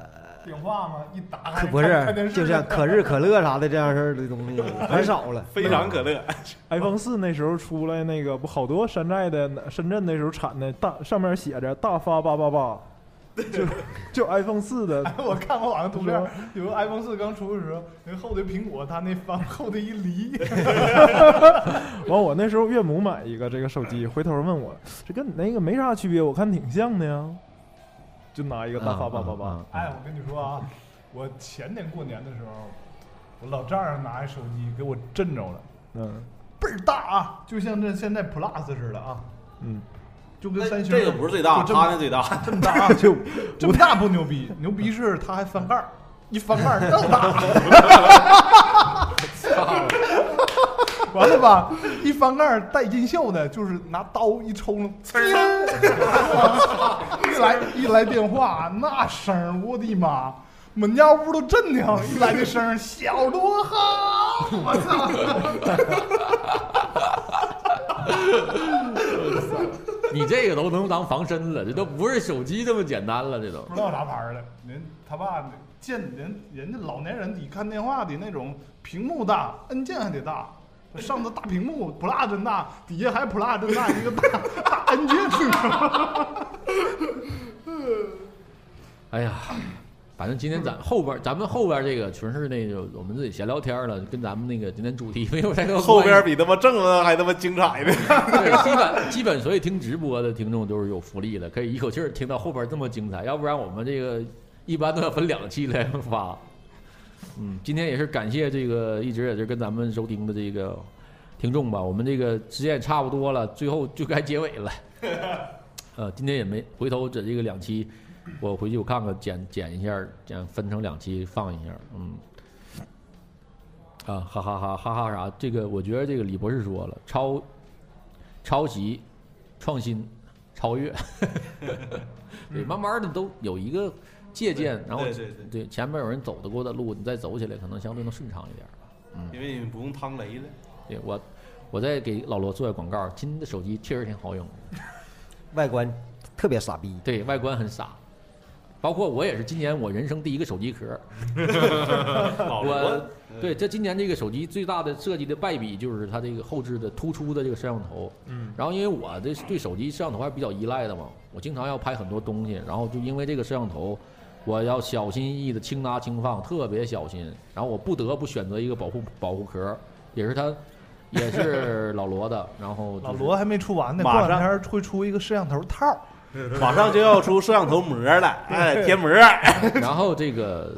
Speaker 2: 顶话吗？一打
Speaker 5: 可
Speaker 2: 开
Speaker 5: 不
Speaker 2: 哎看电
Speaker 5: 是，
Speaker 2: 视
Speaker 5: 就像可日可乐啥的这样式儿的东 西很少了。
Speaker 4: 非常可乐，
Speaker 3: iPhone 四那时候出来，那个不好多山寨的，深圳那时候产的大，上面写着“大发八八八”，就就 iPhone 四的
Speaker 2: 我看过网上图片，有个 iPhone 四刚出的时候，那厚的苹果，它那方厚的一梨，
Speaker 3: 完，我那时候岳母买一个这个手机，回头问我这跟你那个没啥区别，我看挺像的呀，就拿一个大发八八八，
Speaker 2: 哎，我跟你说啊，我前年过年的时候，我老丈人拿着手机给我震着了，
Speaker 3: 嗯
Speaker 2: 倍儿大啊，就像这现在 Plus 似的啊，
Speaker 3: 嗯，
Speaker 2: 就跟三星
Speaker 4: 哎这个不是最大，
Speaker 2: 就这么
Speaker 4: 他那最大。
Speaker 2: 这么大啊，就这么大不牛逼，牛逼是它还翻盖儿，一翻盖儿更 大，完了吧？一翻盖儿带音效的，就是拿刀一抽，呲儿一来一来电话，那声儿，我的妈！满家屋都震的，一来这声儿，小罗哈，我操！
Speaker 1: 你这个都能当防身了，这都不是手机这么简单了，这都
Speaker 2: 不知道啥牌儿的，人他爸见人人家老年人，你看电话的那种屏幕大，按键还得大，上头大屏幕不拉真大，底下还不拉真大一个大大按键，
Speaker 1: 哎呀，反正今天咱后边儿咱们后边儿这个全是那个我们自己闲聊天儿了，跟咱们那个今天主题没有太多
Speaker 4: 后边儿
Speaker 1: 关系
Speaker 4: 比他妈正文还他妈精彩呢。
Speaker 1: 对基本 基本所以听直播的听众都是有福利了，可以一口气儿听到后边儿这么精彩，要不然我们这个一般都要分两期来发。嗯，今天也是感谢这个一直也是跟咱们收听的这个听众吧，我们这个时间也差不多了，最后就该结尾了。 呃，今天也没回头这这个两期，我回去我看看剪剪一下，剪分成两期放一下，嗯。啊，哈哈哈哈哈啥？这个我觉得这个李博士说了，超抄袭、创新、超越， 对，慢慢的都有一个借鉴，然后
Speaker 4: 对对对
Speaker 1: 对前面有人走得过的路，你再走起来可能相对能顺畅一点儿。
Speaker 4: 因为你不用趟雷了。
Speaker 1: 对我，我再给老罗做个广告，新的手机确实挺好用，
Speaker 5: 外观特别傻逼，
Speaker 1: 对外观很傻。包括我也是今年我人生第一个手机壳儿，
Speaker 4: 老
Speaker 1: 我
Speaker 2: 嗯
Speaker 1: 对这今年这个手机最大的设计的败笔就是它这个后置的突出的这个摄像头，
Speaker 3: 嗯，
Speaker 1: 然后因为我这对手机摄像头还比较依赖的嘛，我经常要拍很多东西，然后就因为这个摄像头，我要小心翼翼的轻拿轻放，特别小心。然后我不得不选择一个保护保护壳，也是它，也是 老罗的。然后、
Speaker 2: 老罗，还没出完呢，过
Speaker 4: 马上
Speaker 2: 两天会出一个摄像头套儿，
Speaker 4: 马上就要出摄像头膜了， 哎，贴膜。
Speaker 1: 然后这个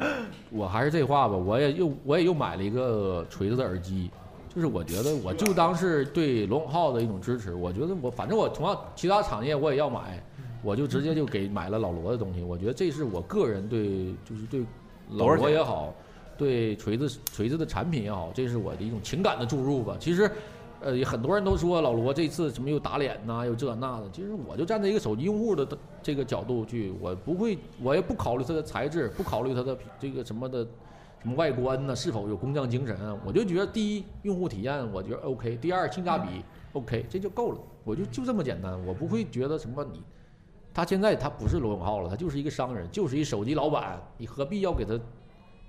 Speaker 1: 我还是这话吧，我也又我也又买了一个锤子的耳机。就是我觉得，我就当是对罗永浩的一种支持。我觉得我反正我同样其他产业我也要买，我就直接就给买了老罗的东西。我觉得这是我个人对，就是对老
Speaker 4: 多少
Speaker 1: 罗
Speaker 4: 钱
Speaker 1: 也好，对锤子锤子的产品也好，这是我的一种情感的注入吧。其实，呃，也很多人都说老罗这次什么又打脸呐、又这那的。其实我就站在一个手机用户的这个角度去，我不会，我也不考虑它的材质，不考虑它的这个什么的什么外观呢、是否有工匠精神啊？我就觉得第一，用户体验我觉得 OK；第二，性价
Speaker 2: 嗯
Speaker 1: 比 OK，这就够了。我就就这么简单，我不会觉得什么你。他现在他不是罗永浩了，他就是一个商人，就是一手机老板，你何必要给他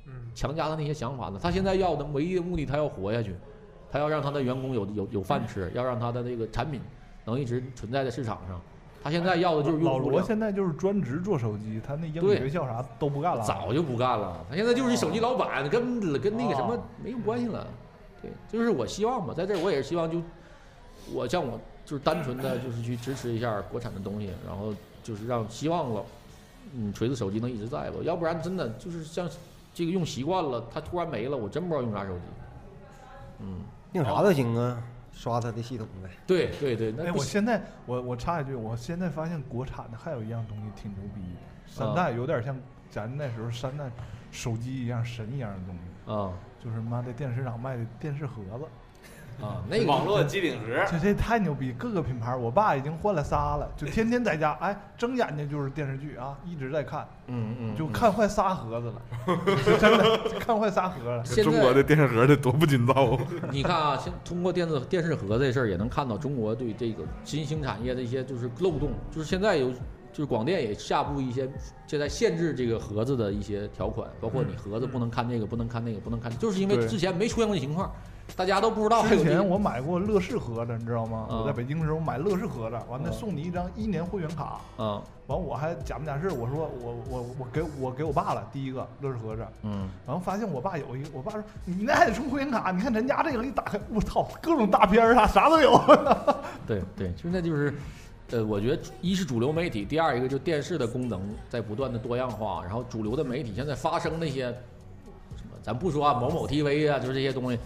Speaker 2: 嗯
Speaker 1: 强加他那些想法呢？他现在要的唯一的目的，他要活下去，他要让他的员工有有有饭吃，要让他的那个产品能一直存在在市场上。他现在要的就是用户
Speaker 2: 老罗
Speaker 1: 量
Speaker 2: 现在就是专职做手机，他那英
Speaker 1: 对
Speaker 2: 语叫啥都不干了，
Speaker 1: 早就不干了，他现在就是一手机老板，跟跟那个什么没有关系了。对，就是我希望吧，在这儿我也是希望就，我像我就是单纯的就是去支持一下国产的东西，然后就是让希望了，嗯，锤子手机能一直在吧，要不然真的就是像这个用习惯了，它突然没了，我真不知道用啥手机。嗯，
Speaker 5: 用啥都行啊，刷它的系统呗。
Speaker 1: 对对对，那
Speaker 2: 哎，
Speaker 1: 不
Speaker 2: 我
Speaker 1: 行
Speaker 2: 现在我我插一句，我现在发现国产的还有一样东西挺牛逼，山
Speaker 1: 啊
Speaker 2: 寨有点像咱那时候山寨手机一样神一样的东西，
Speaker 1: 啊
Speaker 2: 就是妈的电视市场卖的电视盒子，
Speaker 1: 啊，那个
Speaker 4: 网络机顶
Speaker 1: 哎
Speaker 4: 盒，
Speaker 2: 这这太牛逼！各个品牌，我爸已经换了仨了，就天天在家，哎，睁眼睛就是电视剧啊，一直在看，
Speaker 1: 嗯嗯，
Speaker 2: 就
Speaker 1: 嗯
Speaker 2: 看坏仨盒子 了，真的看坏仨盒了。
Speaker 1: 现
Speaker 6: 中
Speaker 1: 在
Speaker 6: 国的电视盒得多不劲造啊！
Speaker 1: 你看啊，现通过电子电视盒这事儿，也能看到中国对这个新兴产业的一些就是漏洞，就是现在有，就是广电也下布一些现在限制这个盒子的一些条款，包括你盒子不能看这个，不能看那个，不能看，就是因为
Speaker 2: 嗯对
Speaker 1: 之前没出现过情况，大家都不知道还
Speaker 2: 之
Speaker 1: 有这
Speaker 2: 前
Speaker 1: 个。
Speaker 2: 我买过乐视盒子，你知道吗？
Speaker 1: 啊
Speaker 2: 我在北京的时候买乐视盒子，完了
Speaker 1: 啊
Speaker 2: 送你一张一年会员卡，
Speaker 1: 啊，
Speaker 2: 完我还假模假式，我说我我我给我给我爸了第一个乐视盒子，
Speaker 1: 嗯，
Speaker 2: 然后发现我爸有一个，我爸说你那还得充会员卡，你看咱家这个一打开，我操，各种大片儿啊，啥都有。
Speaker 1: 对对，现在就是，呃，我觉得一是主流媒体，第二一个就电视的功能在不断的多样化，然后主流的媒体现在发生那些什么，咱不说啊某某 TV 啊，就是这些东西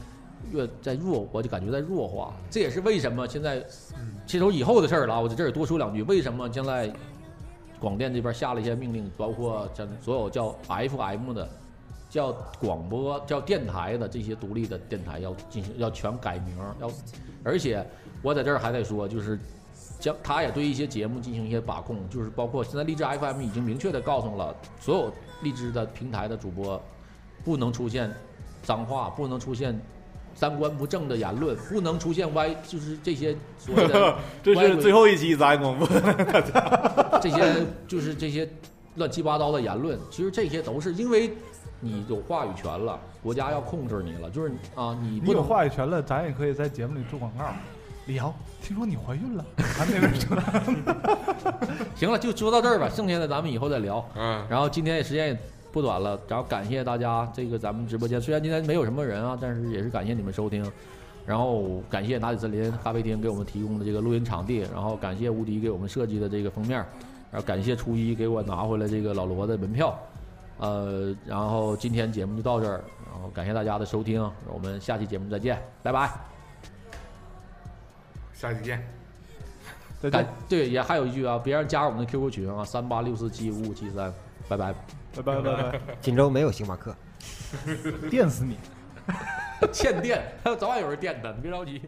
Speaker 1: 越在弱，我就感觉在弱化。这也是为什么现在，这都以后的事儿了啊，我在这儿多说两句，为什么现在广电这边下了一些命令，包括像所有叫 FM 的。叫广播、叫电台的这些独立的电台要进行要全改名儿，要而且我在这儿还得说，就是将他也对一些节目进行一些把控，就是包括现在荔枝 FM 已经明确的告诉了所有荔枝的平台的主播，不能出现脏话，不能出现三观不正的言论，不能出现歪，就是这些所谓的
Speaker 4: 这
Speaker 1: 歪
Speaker 4: 是
Speaker 1: 鬼
Speaker 4: 最后一期杂音广播。
Speaker 1: 这些就是这些乱七八糟的言论，其实这些都是因为你有话语权了，国家要控制你了，就是啊，你
Speaker 2: 你
Speaker 1: 不
Speaker 2: 有
Speaker 1: 能
Speaker 2: 话语权了，咱也可以在节目里做广告。李瑶，听说你怀孕了，还没生产，
Speaker 1: 行了，就说到这儿吧，剩下的咱们以后再聊。
Speaker 6: 嗯，
Speaker 1: 然后今天也时间也不短了，然后感谢大家这个咱们直播间，虽然今天没有什么人啊，但是也是感谢你们收听。然后感谢拿铁森林咖啡厅给我们提供的这个录音场地，然后感谢无敌给我们设计的这个封面，然后感谢初一给我拿回来这个老罗的门票，呃，然后今天节目就到这儿，然后感谢大家的收听，我们下期节目再见，拜拜。
Speaker 6: 下期见。
Speaker 2: 再
Speaker 1: 感
Speaker 2: 见，
Speaker 1: 对也还有一句啊，别让加我们的 QQ 群啊，三八六四七五五七三，拜 拜。
Speaker 2: 拜拜拜拜，
Speaker 5: 锦州没有星巴克。
Speaker 2: 电死你！
Speaker 1: 欠电，早晚有人电他，你别着急。